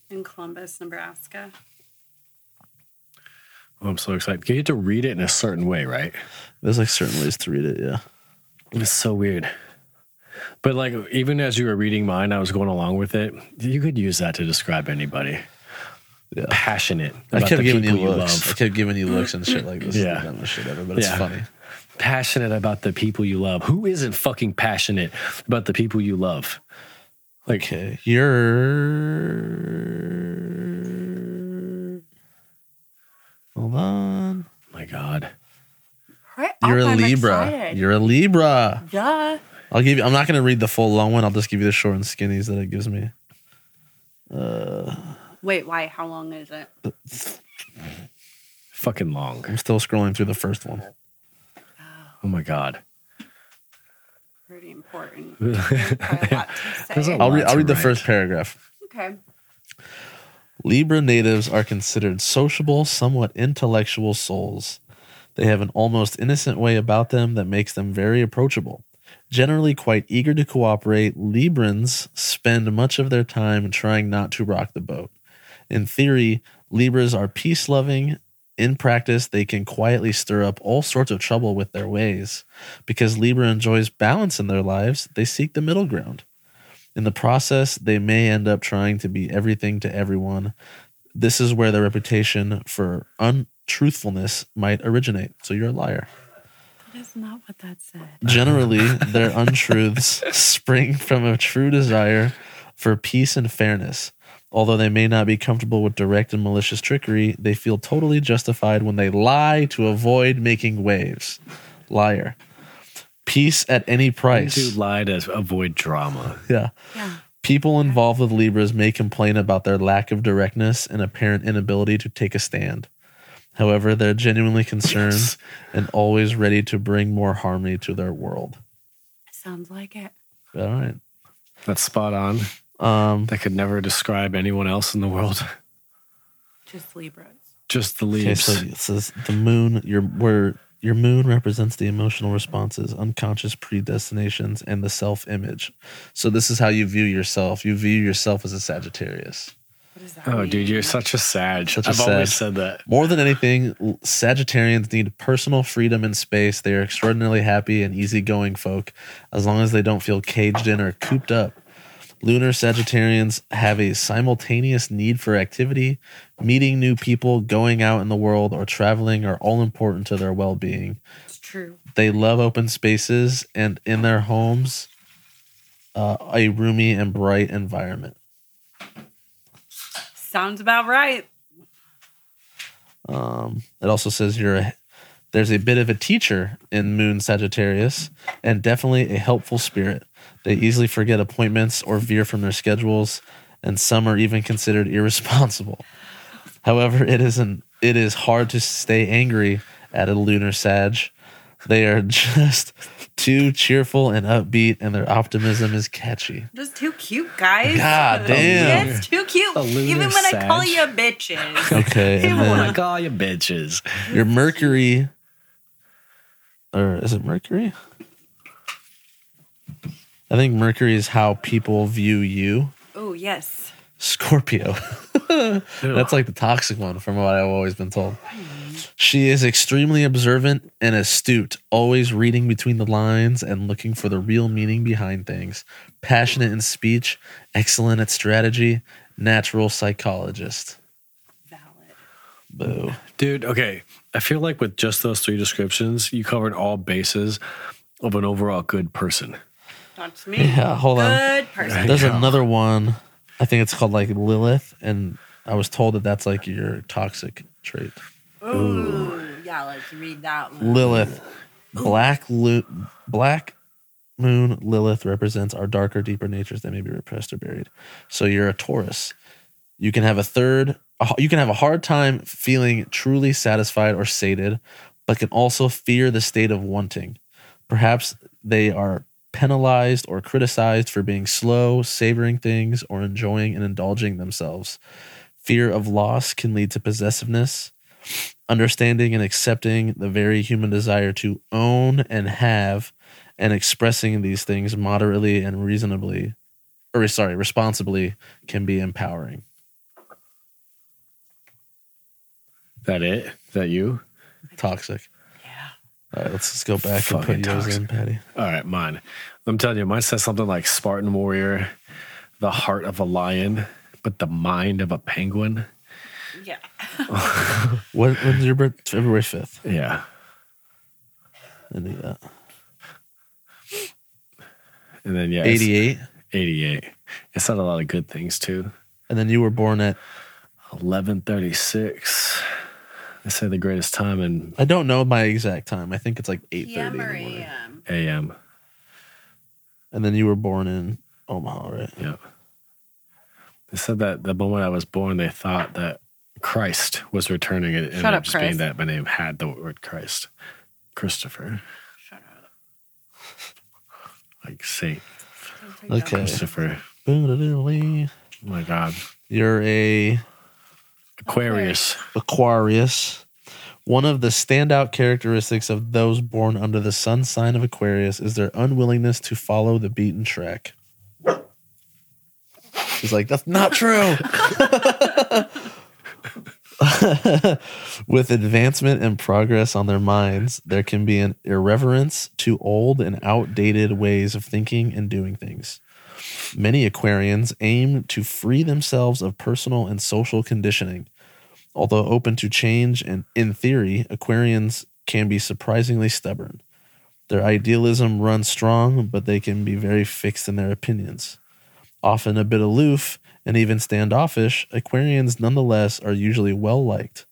S4: In Columbus, Nebraska.
S1: Oh, I'm so excited. You get to read it in a certain way, right?
S2: There's like certain ways to read it. Yeah.
S1: It's so weird. But like even as you were reading mine, I was going along with it. You could use that to describe anybody.
S2: Yeah.
S1: Passionate.
S2: I
S1: about
S2: kept
S1: the
S2: giving you
S1: people
S2: looks. I kept giving you looks and shit like this. Yeah.
S1: Yeah.
S2: Is the dumbest shit ever, but it's
S1: Yeah.
S2: funny.
S1: passionate about the people you love. Who isn't fucking passionate about the people you love? Like
S2: Okay. You're. Hold on.
S1: Oh my god,
S4: Right
S2: You're a Libra. You're a Libra.
S4: yeah.
S2: I'll give you. I'm not gonna read the full long one. I'll just give you the short and skinnies that it gives me.
S4: Wait, why? How long is it?
S1: fucking long.
S2: I'm still scrolling through the first one.
S1: Oh my god.
S4: Pretty important. Quite a
S1: There's
S4: lot to
S1: There's
S4: say.
S1: a-
S2: I'll read.
S1: Lots
S2: I'll read the
S1: right.
S2: first paragraph.
S4: Okay.
S2: Libra natives are considered sociable, somewhat intellectual souls. They have an almost innocent way about them that makes them very approachable. Generally quite eager to cooperate, Librans spend much of their time trying not to rock the boat. In theory, Libras are peace loving, In practice, they can quietly stir up all sorts of trouble with their ways. Because Libra enjoys balance in their lives, they seek the middle ground. In the process, they may end up trying to be everything to everyone. This is where their reputation for untruthfulness might originate. So you're a liar.
S4: That is not what that said.
S2: Generally, their untruths spring from a true desire for peace and fairness. Although they may not be comfortable with direct and malicious trickery, they feel totally justified when they lie to avoid making waves. Liar. Peace at any price.
S1: Do lie to avoid drama.
S2: Yeah.
S4: Yeah.
S2: People involved with Libras may complain about their lack of directness and apparent inability to take a stand. However, they're genuinely concerned and always ready to bring more harmony to their world.
S4: Sounds like it.
S2: All right.
S1: That's spot on.
S2: Um,
S1: That could never describe anyone else in the world.
S4: Just Libras.
S1: Just the
S2: okay,
S1: leaves.
S2: so it says the moon, your where your moon represents the emotional responses, unconscious predestinations, and the self-image. So this is how you view yourself. You view yourself as a Sagittarius.
S4: What is that?
S1: oh,
S4: mean?
S1: dude, you're such a sag.
S2: Such a
S1: I've always said
S2: sag.
S1: that.
S2: More than anything, Sagittarians need personal freedom and space. They are extraordinarily happy and easygoing folk, as long as they don't feel caged in or cooped up. Lunar Sagittarians have a simultaneous need for activity. Meeting new people, going out in the world, or traveling are all important to their well being.
S4: It's true.
S2: They love open spaces and in their homes, uh, a roomy and bright environment.
S4: Sounds about right.
S2: Um, it also says you're a, there's a bit of a teacher in Moon Sagittarius, and definitely a helpful spirit. They easily forget appointments or veer from their schedules, and some are even considered irresponsible. However, it isn't. It is hard to stay angry at a lunar Sag. They are just too cheerful and upbeat, and their optimism is catchy.
S4: Just too cute, guys.
S2: God damn.
S4: It's too cute.
S1: A lunar
S4: Even when I call
S1: sag.
S4: you bitches.
S2: Okay, and
S1: Oh my
S2: then
S1: god, you bitches.
S2: your Mercury, or is it Mercury? I think Mercury is how people view you.
S4: oh, yes.
S2: Scorpio. That's like the toxic one, from what I've always been told. She is extremely observant and astute, always reading between the lines and looking for the real meaning behind things. Passionate in speech, excellent at strategy, natural psychologist.
S4: Valid.
S2: Boo.
S1: Dude, okay. I feel like with just those three descriptions, you covered all bases of an overall good person.
S4: That's me.
S2: Yeah, hold on.
S4: Good person.
S1: Right.
S2: There's
S1: Yeah.
S2: another one. I think it's called like Lilith, and I was told that that's like your toxic trait.
S4: Ooh. Yeah, let's read that one.
S2: Lilith, black lo- black moon Lilith represents our darker, deeper natures that may be repressed or buried. So you're a Taurus. You can have a third. You can have a hard time feeling truly satisfied or sated, but can also fear the state of wanting. Perhaps they are penalized or criticized for being slow, savoring things, or enjoying and indulging themselves. Fear of loss can lead to possessiveness, understanding and accepting the very human desire to own and have, and expressing these things moderately and reasonably, or sorry, responsibly can be empowering.
S1: That it? Is that you?
S2: Toxic.
S4: Yeah.
S2: All right, let's just go back
S1: Fucking
S2: and put yours in, Patty.
S1: All right, mine. I'm telling you, mine says something like Spartan warrior, the heart of a lion, but the mind of a penguin.
S4: Yeah.
S2: What, when's your birth? February 5th.
S1: Yeah.
S2: I knew that.
S1: And then yeah, it's
S2: 88.
S1: 88. It said a lot of good things too.
S2: And then you were born at,
S1: 1136. They say the greatest time in
S2: I don't know my exact time. I think it's like 8.30 in
S4: PM
S2: the
S4: or
S2: morning.
S4: AM?
S1: AM.
S2: And then you were born in Omaha, right?
S1: Yeah. They said that the moment I was born, they thought that Christ was returning it.
S4: Shut up,
S1: just being
S4: Christ.
S1: that my name had the word Christ. Christopher.
S4: Shut up.
S1: Like Saint
S4: Don't take
S2: Okay.
S1: Christopher.
S2: Boodle-doodle-lee.
S1: Oh my God.
S2: You're a
S1: Aquarius.
S2: Aquarius. One of the standout characteristics of those born under the sun sign of Aquarius is their unwillingness to follow the beaten track. She's like, that's not true. With advancement and progress on their minds, there can be an irreverence to old and outdated ways of thinking and doing things. Many Aquarians aim to free themselves of personal and social conditioning. Although open to change and in theory, Aquarians can be surprisingly stubborn. Their idealism runs strong, but they can be very fixed in their opinions. Often a bit aloof and even standoffish, Aquarians nonetheless are usually well liked.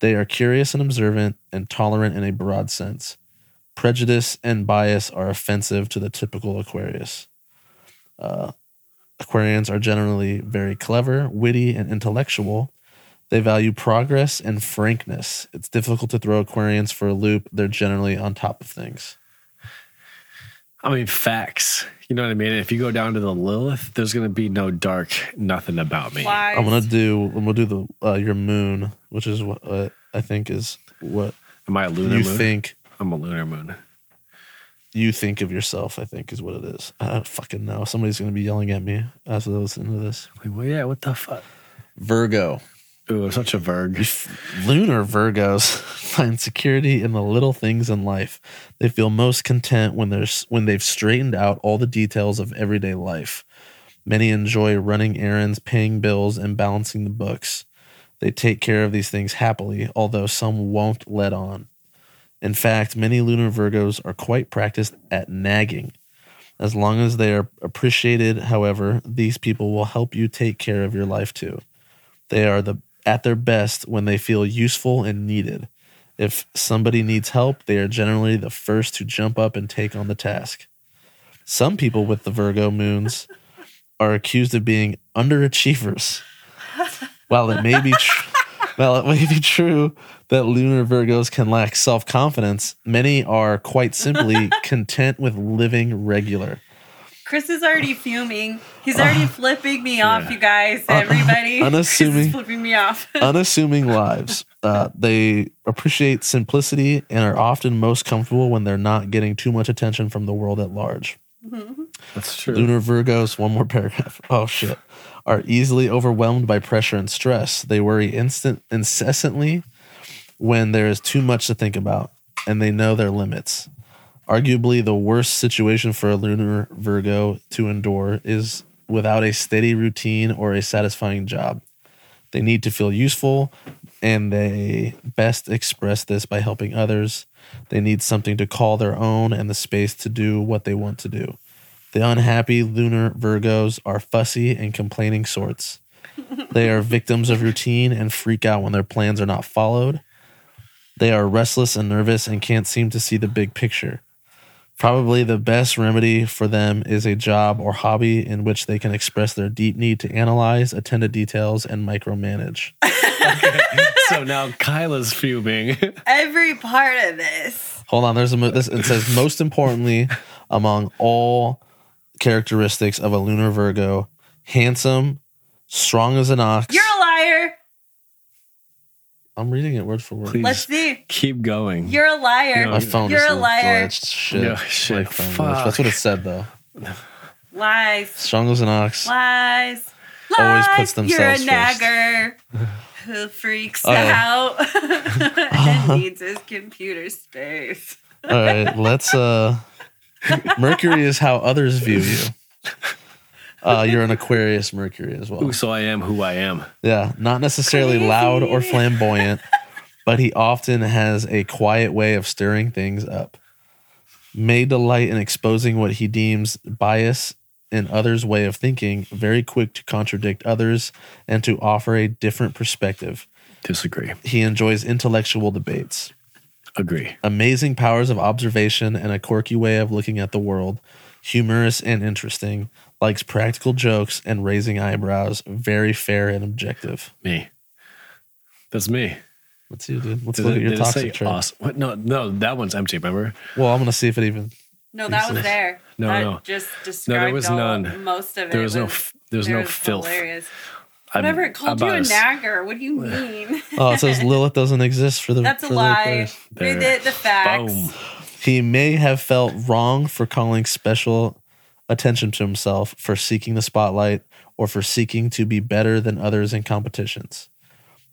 S2: They are curious and observant and tolerant in a broad sense. Prejudice and bias are offensive to the typical Aquarius. Uh, Aquarians are generally very clever, witty, and intellectual. They value progress and frankness. It's difficult to throw Aquarians for a loop. They're generally on top of things.
S1: I mean, facts. You know what I mean? If you go down to the Lilith, there's going to be no dark, nothing about me.
S4: Lies.
S2: I'm gonna do. I'm gonna do the uh, your moon, which is what uh, I think is what
S1: Am I a lunar
S2: you
S1: moon?
S2: think
S1: I'm a lunar moon.
S2: you think of yourself. I think is what it is. I don't fucking know. Somebody's gonna be yelling at me after they listen to this.
S1: Like, well, yeah, what the fuck?
S2: Virgo,
S1: Ooh, I'm such a
S2: You
S1: Virg.
S2: f- lunar Virgos find security in the little things in life. They feel most content when there's when they've straightened out all the details of everyday life. Many enjoy running errands, paying bills, and balancing the books. They take care of these things happily, although some won't let on. In fact, many lunar Virgos are quite practiced at nagging. As long as they are appreciated, however, these people will help you take care of your life too. They are the at their best when they feel useful and needed. If somebody needs help, they are generally the first to jump up and take on the task. Some people with the Virgo moons are accused of being underachievers. While it may be tr- while it may be true that lunar Virgos can lack self-confidence, many are quite simply content with living regular.
S4: Chris is already fuming. He's already flipping me off,
S1: yeah. Uh,
S4: you guys. Everybody,
S2: unassuming.
S4: Chris is flipping me off.
S2: unassuming lives. Uh, they appreciate simplicity and are often most comfortable when they're not getting too much attention from the world at large.
S1: That's true.
S2: Lunar Virgos, one more paragraph. Oh shit. Are easily overwhelmed by pressure and stress. They worry instant incessantly when there is too much to think about and they know their limits. Arguably the worst situation for a lunar Virgo to endure is without a steady routine or a satisfying job. They need to feel useful and they best express this by helping others. They need something to call their own and the space to do what they want to do. The unhappy lunar Virgos are fussy and complaining sorts. They are victims of routine and freak out when their plans are not followed. They are restless and nervous and can't seem to see the big picture. Probably the best remedy for them is a job or hobby in which they can express their deep need to analyze, attend to details, and micromanage.
S1: so now Kyla's fuming.
S4: Every part of this.
S2: Hold on, there's a mo- this it says most importantly among all characteristics of a lunar Virgo, handsome, strong as an ox.
S4: You're a liar.
S2: I'm reading it word for word.
S1: Please.
S4: Let's see.
S1: Keep going.
S4: You're a liar.
S1: No.
S2: My phone
S4: You're
S2: just
S4: a liar.
S2: glitched. Shit.
S1: No, shit.
S2: My phone glitched. That's what it said though.
S4: Lies.
S2: Strong as an ox.
S4: Lies. Lies.
S2: Always puts
S4: You're a
S2: themselves first.
S4: nagger who freaks
S2: Oh,
S4: out and needs his computer space.
S2: All right, let's. uh Mercury is how others view you. Uh, you're an Aquarius Mercury as well.
S1: Ooh, so I am who I am.
S2: Yeah, not necessarily loud or
S4: Crazy.
S2: flamboyant, but he often has a quiet way of stirring things up. May delight in exposing what he deems bias in others' way of thinking, very quick to contradict others and to offer a different perspective.
S1: Disagree.
S2: He enjoys intellectual debates
S1: Agree.
S2: amazing powers of observation and a quirky way of looking at the world, humorous and interesting, likes practical jokes and raising eyebrows, very fair and objective.
S1: Me. That's me.
S2: Let's see, dude. Let's
S1: Did
S2: look
S1: it-
S2: at your
S1: did it say
S2: toxic trait.
S1: awesome? What? No, no, that one's empty. Remember?
S2: Well, I'm gonna see if it even.
S4: No, that was
S2: Jesus.
S4: there.
S1: No,
S4: that
S1: no.
S4: Just described
S1: there was
S4: all,
S1: none.
S4: Most of it.
S1: There was no.
S4: was-
S1: f- There's
S4: there
S1: no
S4: was
S1: filth.
S4: Hilarious.
S1: I'm
S4: Whatever it called you
S1: about
S4: a
S1: as-
S4: nagger. What do you mean?
S2: Oh, it says Lilith doesn't exist for the.
S4: That's
S2: for
S4: a
S2: the
S4: lie.
S2: Aquarius.
S1: There.
S4: Read the, the facts.
S1: Boom.
S2: He may have felt wrong for calling special attention to himself, for seeking the spotlight, or for seeking to be better than others in competitions.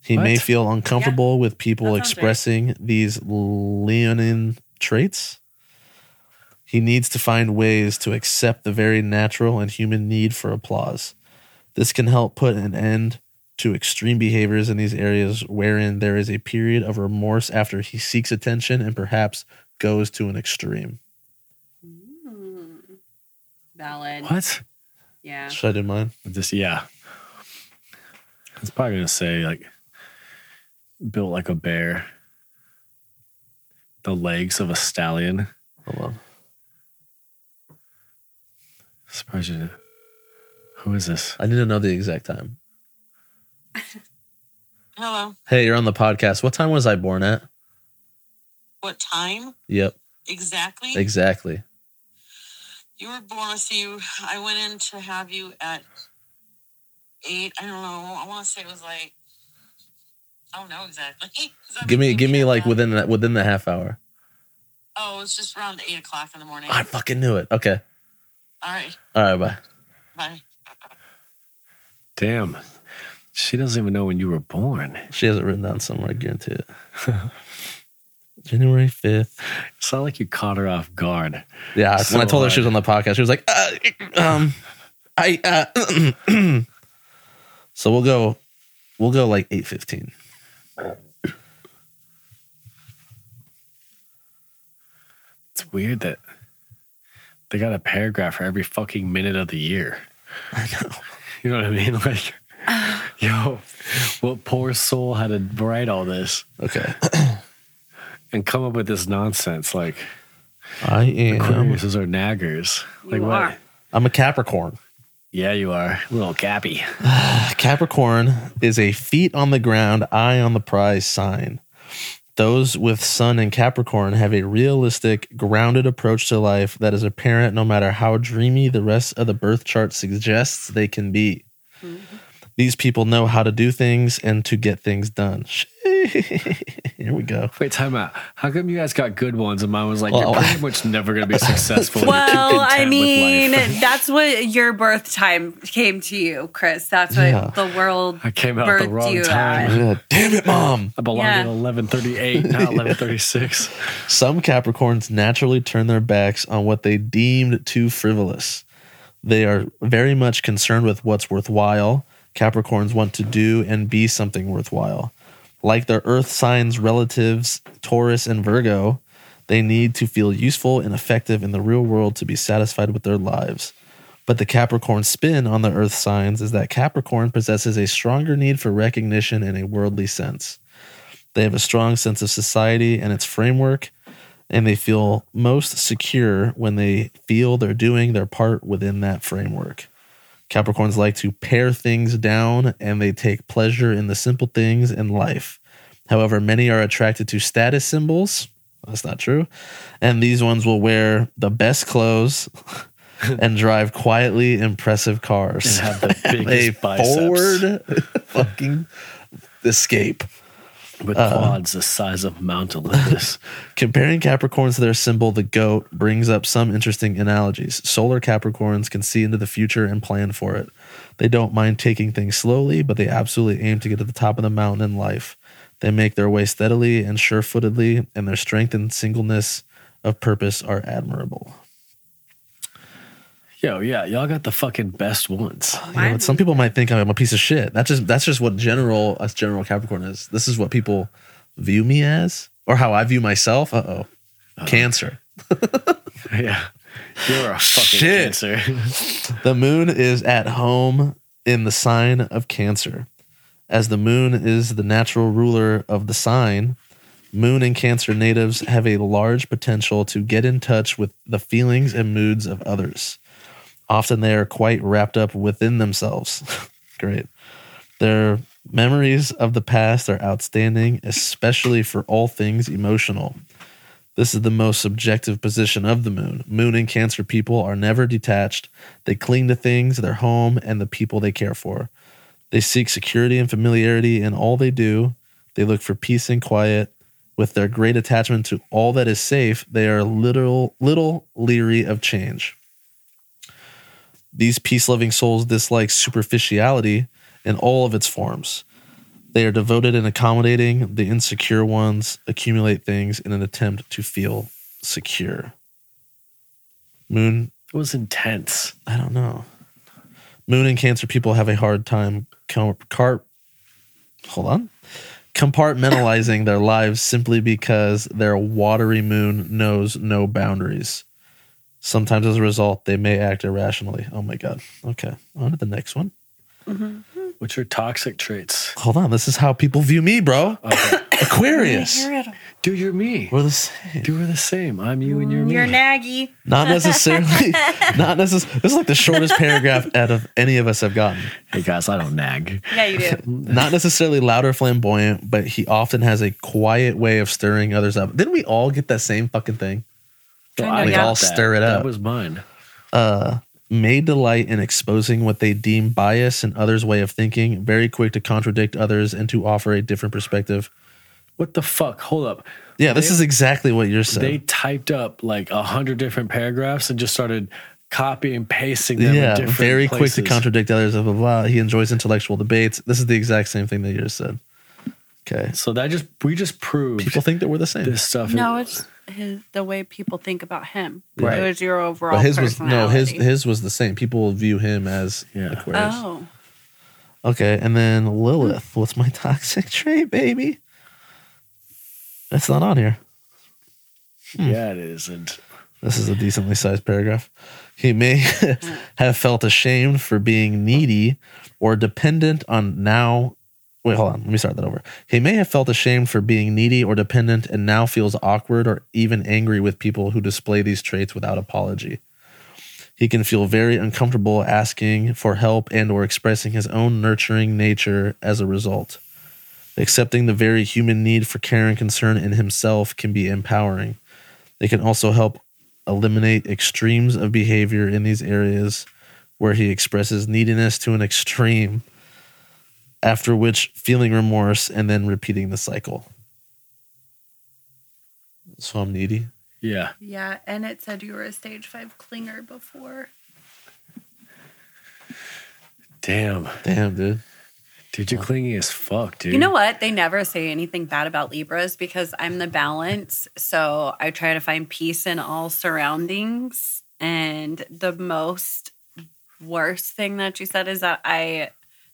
S2: He may
S1: What?
S2: feel uncomfortable with people
S4: That sounds right.
S2: expressing these leonine traits. He needs to find ways to accept the very natural and human need for applause. This can help put an end to extreme behaviors in these areas wherein there is a period of remorse after he seeks attention and perhaps goes to an extreme.
S4: Mm. Valid.
S1: What?
S4: Yeah.
S2: Should I do mine?
S1: Just yeah. It's probably gonna say like built like a bear, the legs of a stallion.
S2: Hold on.
S1: Surprised you. didn't- Who is this?
S2: I need to know the exact time.
S3: Hello.
S2: Hey, you're on the podcast. What time was I born at?
S3: What time
S2: Yep,
S3: exactly?
S2: exactly.
S3: you were born. Let's see. You, I went in to have you at eight. I don't know. I want to say it was like. I don't know exactly. 'Cause I'm
S2: Give me,
S3: thinking
S2: give me
S3: out
S2: like
S3: loud.
S2: within that within the half hour.
S3: Oh, it's just around eight o'clock in the morning.
S2: I fucking knew it. Okay.
S3: All right.
S2: All right. Bye.
S3: Bye.
S1: Damn. She doesn't even know when you were born.
S2: She has it written down somewhere. I guarantee it. January fifth.
S1: It's not like you caught her off guard.
S2: Yeah.
S1: So
S2: when I told her she was on the podcast, she was like, uh, um, I. Uh, so we'll go, we'll go like eight fifteen.
S1: It's weird that they got a paragraph for every fucking minute of the year.
S2: I know.
S1: You know what I mean? Like, yo, what poor soul had to write all this
S2: Okay.
S1: and come up with this nonsense? Like,
S2: I am.
S1: Aquariuses are naggers. Like,
S4: You
S1: what?
S4: are.
S2: I'm a Capricorn.
S1: Yeah, you are. Little Gappy.
S2: Capricorn is a feet on the ground, eye on the prize sign. Those with Sun and Capricorn have a realistic, grounded approach to life that is apparent no matter how dreamy the rest of the birth chart suggests they can be. These people know how to do things and to get things done. Here we go.
S1: Wait, time out. How come you guys got good ones and mine was like,
S2: Well,
S1: you're pretty much never going to be successful?
S4: Well, I mean,
S1: I
S4: that's what your birth time came to you, Chris. That's what
S2: Yeah.
S4: the world.
S1: I came out at the
S4: birthed
S1: wrong
S4: you
S1: time.
S4: at.
S2: Yeah, Damn it, mom.
S1: I belong
S4: Yeah.
S1: at 1138, not 1136.
S2: Some Capricorns naturally turn their backs on what they deemed too frivolous. They are very much concerned with what's worthwhile. Capricorns want to do and be something worthwhile. Like their earth signs relatives, Taurus and Virgo, they need to feel useful and effective in the real world to be satisfied with their lives. But the Capricorn spin on the earth signs is that Capricorn possesses a stronger need for recognition in a worldly sense. They have a strong sense of society and its framework, and they feel most secure when they feel they're doing their part within that framework. Capricorns like to pare things down and they take pleasure in the simple things in life. However, many are attracted to status symbols. That's not true. And these ones will wear the best clothes and drive quietly impressive cars.
S1: have the
S2: They
S1: biggest biceps
S2: forward fucking escape.
S1: with
S2: Uh-huh.
S1: quads the size of Mount Olympus.
S2: Comparing Capricorns to their symbol, the goat, brings up some interesting analogies. Solar Capricorns can see into the future and plan for it. They don't mind taking things slowly, but they absolutely aim to get to the top of the mountain in life. They make their way steadily and sure footedly, and their strength and singleness of purpose are admirable.
S1: Yo, yeah, y'all got the fucking best ones.
S2: You know, some people might think I'm a piece of shit. That's just that's just what general us general Capricorn is. This is what people view me as, or how I view myself. Uh oh. Cancer.
S1: Yeah. You're a fucking
S2: Shit.
S1: cancer.
S2: The moon is at home in the sign of Cancer. As the moon is the natural ruler of the sign, moon and Cancer natives have a large potential to get in touch with the feelings and moods of others. Often they are quite wrapped up within themselves. Great. Their memories of the past are outstanding, especially for all things emotional. This is the most subjective position of the moon. Moon and Cancer people are never detached. They cling to things, their home, and the people they care for. They seek security and familiarity in all they do. They look for peace and quiet. With their great attachment to all that is safe, they are little little leery of change. These peace-loving souls dislike superficiality in all of its forms. They are devoted in accommodating the insecure ones, accumulate things in an attempt to feel secure. Moon
S1: It was intense.
S2: I don't know. Moon and Cancer people have a hard time com- car- hold on compartmentalizing their lives simply because their watery moon knows no boundaries. Sometimes, as a result, they may act irrationally. Oh my god. Okay, on to the next one.
S1: Which are toxic traits.
S2: Hold on. This is how people view me, bro.
S1: Okay.
S2: Aquarius.
S1: Dude, you're me.
S2: We're the same.
S1: Dude, we're the same. I'm you and you're me.
S4: You're naggy.
S2: Not necessarily. not necessarily. This is like the shortest paragraph out of any of us have gotten.
S1: hey guys, I don't nag.
S4: Yeah, you do.
S2: not necessarily loud or flamboyant, but he often has a quiet way of stirring others up. Didn't we all get that same fucking thing?
S1: Well,
S4: Kinda, We
S1: got
S2: all stir it up.
S1: That was mine.
S2: May delight in exposing what they deem bias in others' way of thinking, very quick to contradict others and to offer a different perspective.
S1: What the fuck? Hold up.
S2: Yeah, this
S1: They-
S2: is exactly what you're saying.
S1: They typed up like a hundred different paragraphs and just started copying and pasting them. in
S2: yeah,
S1: different
S2: very
S1: places.
S2: quick to contradict others. Blah, blah blah. He enjoys intellectual debates. This is the exact same thing that you just said. Okay,
S1: So that just we just proved
S2: people think that we're the same.
S1: this stuff.
S4: No,
S1: is-
S4: it's his, the way people think about him.
S1: Right.
S4: It was your overall
S2: but his was no his
S4: personality.
S2: his was the same. People view him as
S1: Yeah.
S2: Aquarius.
S4: Oh,
S2: Okay, and then Lilith. What's my toxic trait, baby? That's not on here. Hmm.
S1: yeah, it is. And
S2: This is a decently sized paragraph. He may have felt ashamed for being needy or dependent on now. Wait, hold on. Let me start that over. He may have felt ashamed for being needy or dependent and now feels awkward or even angry with people who display these traits without apology. He can feel very uncomfortable asking for help and or expressing his own nurturing nature as a result. Accepting the very human need for care and concern in himself can be empowering. They can also help eliminate extremes of behavior in these areas where he expresses neediness to an extreme, after which feeling remorse and then repeating the cycle. So I'm needy.
S1: yeah,
S5: Yeah, and it said you were a stage five clinger before.
S1: damn,
S2: Damn, dude.
S1: dude, you're clingy as fuck, dude.
S4: you know what? They never say anything bad about Libras because I'm the balance. So I try to find peace in all surroundings. And the most worst thing that you said is that I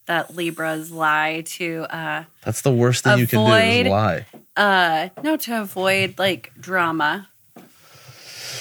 S4: that Libras lie to uh
S2: That's the worst thing you can do is
S4: Avoid-
S2: lie.
S4: uh no to avoid like drama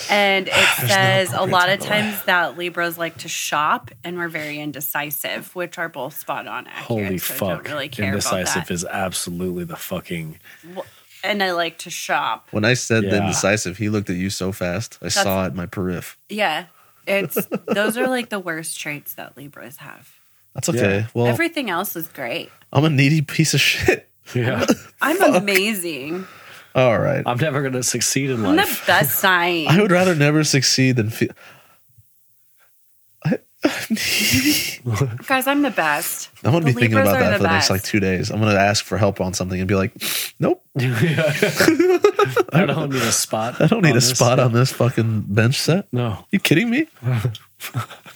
S4: and it says a lot of times that libras like to shop and we're very indecisive which are both spot on accurate
S1: Holy
S4: so I
S1: fuck!
S4: don't really care about
S1: Indecisive
S4: that.
S1: is absolutely the fucking.
S4: and i like to shop
S2: When I said
S1: Yeah.
S2: the indecisive, he looked at you so fast. I saw it in my periph.
S4: yeah it's those are like the worst traits that libras have
S2: That's okay. Well,
S4: everything else is great
S2: I'm a needy piece of shit.
S1: Yeah,
S4: i'm amazing
S2: All right.
S1: I'm never gonna succeed in
S4: i'm the
S1: life.
S4: best sign
S2: I would rather never succeed than feel. I, I'm needy.
S4: guys i'm the best
S2: I'm gonna
S4: The
S2: be thinking
S4: Libras
S2: about
S4: are
S2: that
S4: the
S2: for the next like
S4: best.
S2: two days. I'm gonna ask for help on something and be like, "Nope,
S1: I don't need a spot.
S2: I don't need
S1: on
S2: a
S1: this.
S2: spot on this fucking bench set."
S1: No.
S2: You kidding me,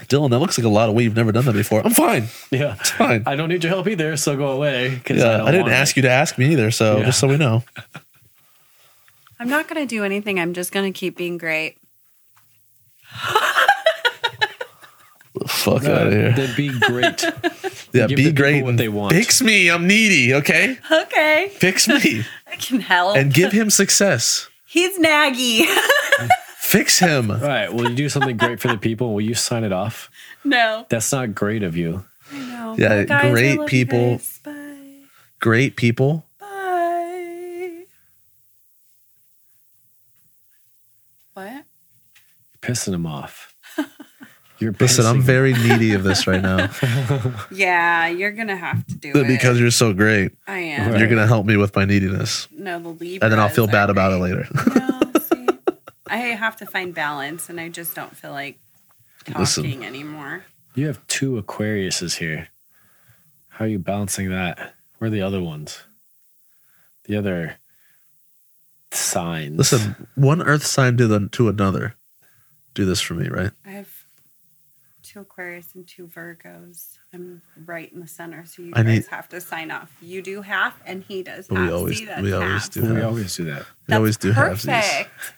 S2: Dylan? That looks like a lot of weight. You've never done that before. I'm fine.
S1: Yeah.
S2: Fine.
S1: I don't need your help either, so go away. 'cause
S2: yeah, I,
S1: don't
S2: didn't
S1: want it.
S2: ask you to ask me either. So
S1: Yeah.
S2: just so we know,
S4: i'm not gonna do anything i'm just gonna keep being great
S2: fuck
S1: No,
S2: out of here.
S1: Then be great.
S2: Yeah,
S1: give
S2: be
S1: the people
S2: great.
S1: what
S2: and
S1: they want.
S2: Fix me. I'm needy. Okay,
S4: okay
S2: fix me
S4: i can help
S2: and give him success.
S4: He's naggy.
S2: Fix him.
S1: All right. Well, you do something great for the people. Will you sign it off?
S4: no.
S1: That's not great of you.
S4: No.
S2: Yeah,
S4: Well, guys, I
S2: great
S4: love you
S2: people.
S4: guys. Bye.
S2: Great people.
S4: Bye. What?
S1: You're pissing them off. You're pissing.
S2: Listen, I'm very needy of this right now
S4: Yeah, you're gonna have to do it.
S2: because you're so great.
S4: I am.
S1: Right.
S2: You're gonna help me with my neediness,
S4: No, the Libra.
S2: and then I'll feel bad about it later.
S4: I have to find balance, and I just don't feel like talking
S2: Listen.
S4: anymore.
S1: You have two Aquariuses here. How are you balancing that? Where are the other ones? The other signs.
S2: Listen, one earth sign to the to another. Do this for me, right?
S4: I have two Aquarius and two Virgos. I'm right in the center, so you
S2: I
S4: guys
S2: need-
S4: have to sign off. You do half, and he does
S2: But we
S4: half.
S2: always-
S4: See, that's
S2: we always
S4: half.
S2: do.
S1: We always do that.
S2: We always do halfsies.
S4: perfect. half.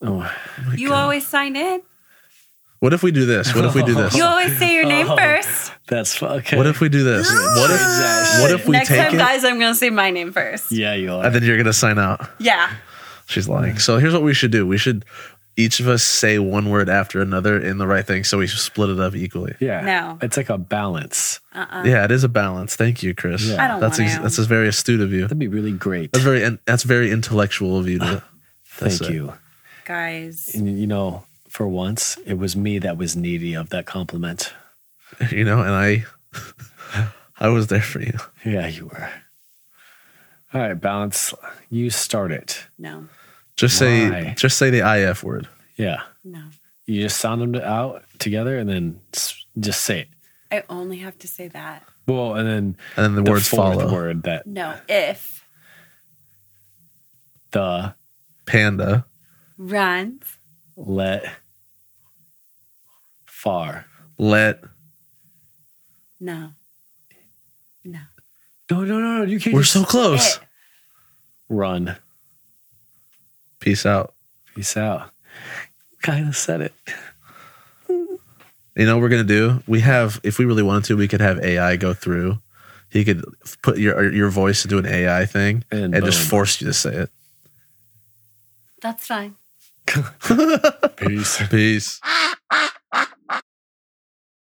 S1: Oh,
S2: my
S4: You
S2: God.
S4: always sign in.
S2: What if we do this? What if we do this?
S4: You always say your name
S1: Oh.
S4: first.
S1: that's fu- okay.
S2: What if we do this? What if? What if we
S4: Next
S2: take
S4: time,
S2: it?
S4: guys, I'm gonna say my name first.
S1: Yeah, you are.
S2: And then you're gonna sign out.
S4: Yeah.
S2: She's lying. So here's what we should do. We should each of us say one word after another in the right thing, so we split it up equally.
S1: yeah.
S4: No.
S1: It's like a balance.
S4: Uh-uh.
S2: Yeah, it is a balance. Thank you, Chris.
S1: Yeah.
S4: I don't
S2: that's
S4: want
S2: ex-
S4: to.
S2: that's just very astute of you.
S1: That'd be really great.
S2: That's very that's very intellectual of you. To,
S1: Thank
S2: that's it.
S1: you.
S4: guys.
S1: And, you know, for once, it was me that was needy of that compliment.
S2: you know, and I I was there for you.
S1: Yeah, you were. All right, balance. You start it.
S4: No.
S2: Just
S1: Why?
S2: say just say the IF word.
S1: Yeah.
S4: No.
S1: You just sound them out together and then s- just say it.
S4: I only have to say that.
S1: Well, and then
S2: And then the, words
S1: fourth
S2: follow.
S1: word that
S4: No. If
S1: the
S2: Panda.
S4: runs
S1: let far.
S2: Let
S4: no. No.
S1: No, no, no, no. You can't
S2: We're
S1: just
S2: so close.
S4: It-
S1: run.
S2: Peace out.
S1: Peace out. Kind of said it.
S2: You know what we're gonna do? We have, if we really wanted to, we could have AI go through. He could f- put your your voice into an AI thing
S1: And
S2: and, just
S1: boom.
S2: force you to say it.
S4: That's fine.
S1: Peace.
S2: Peace.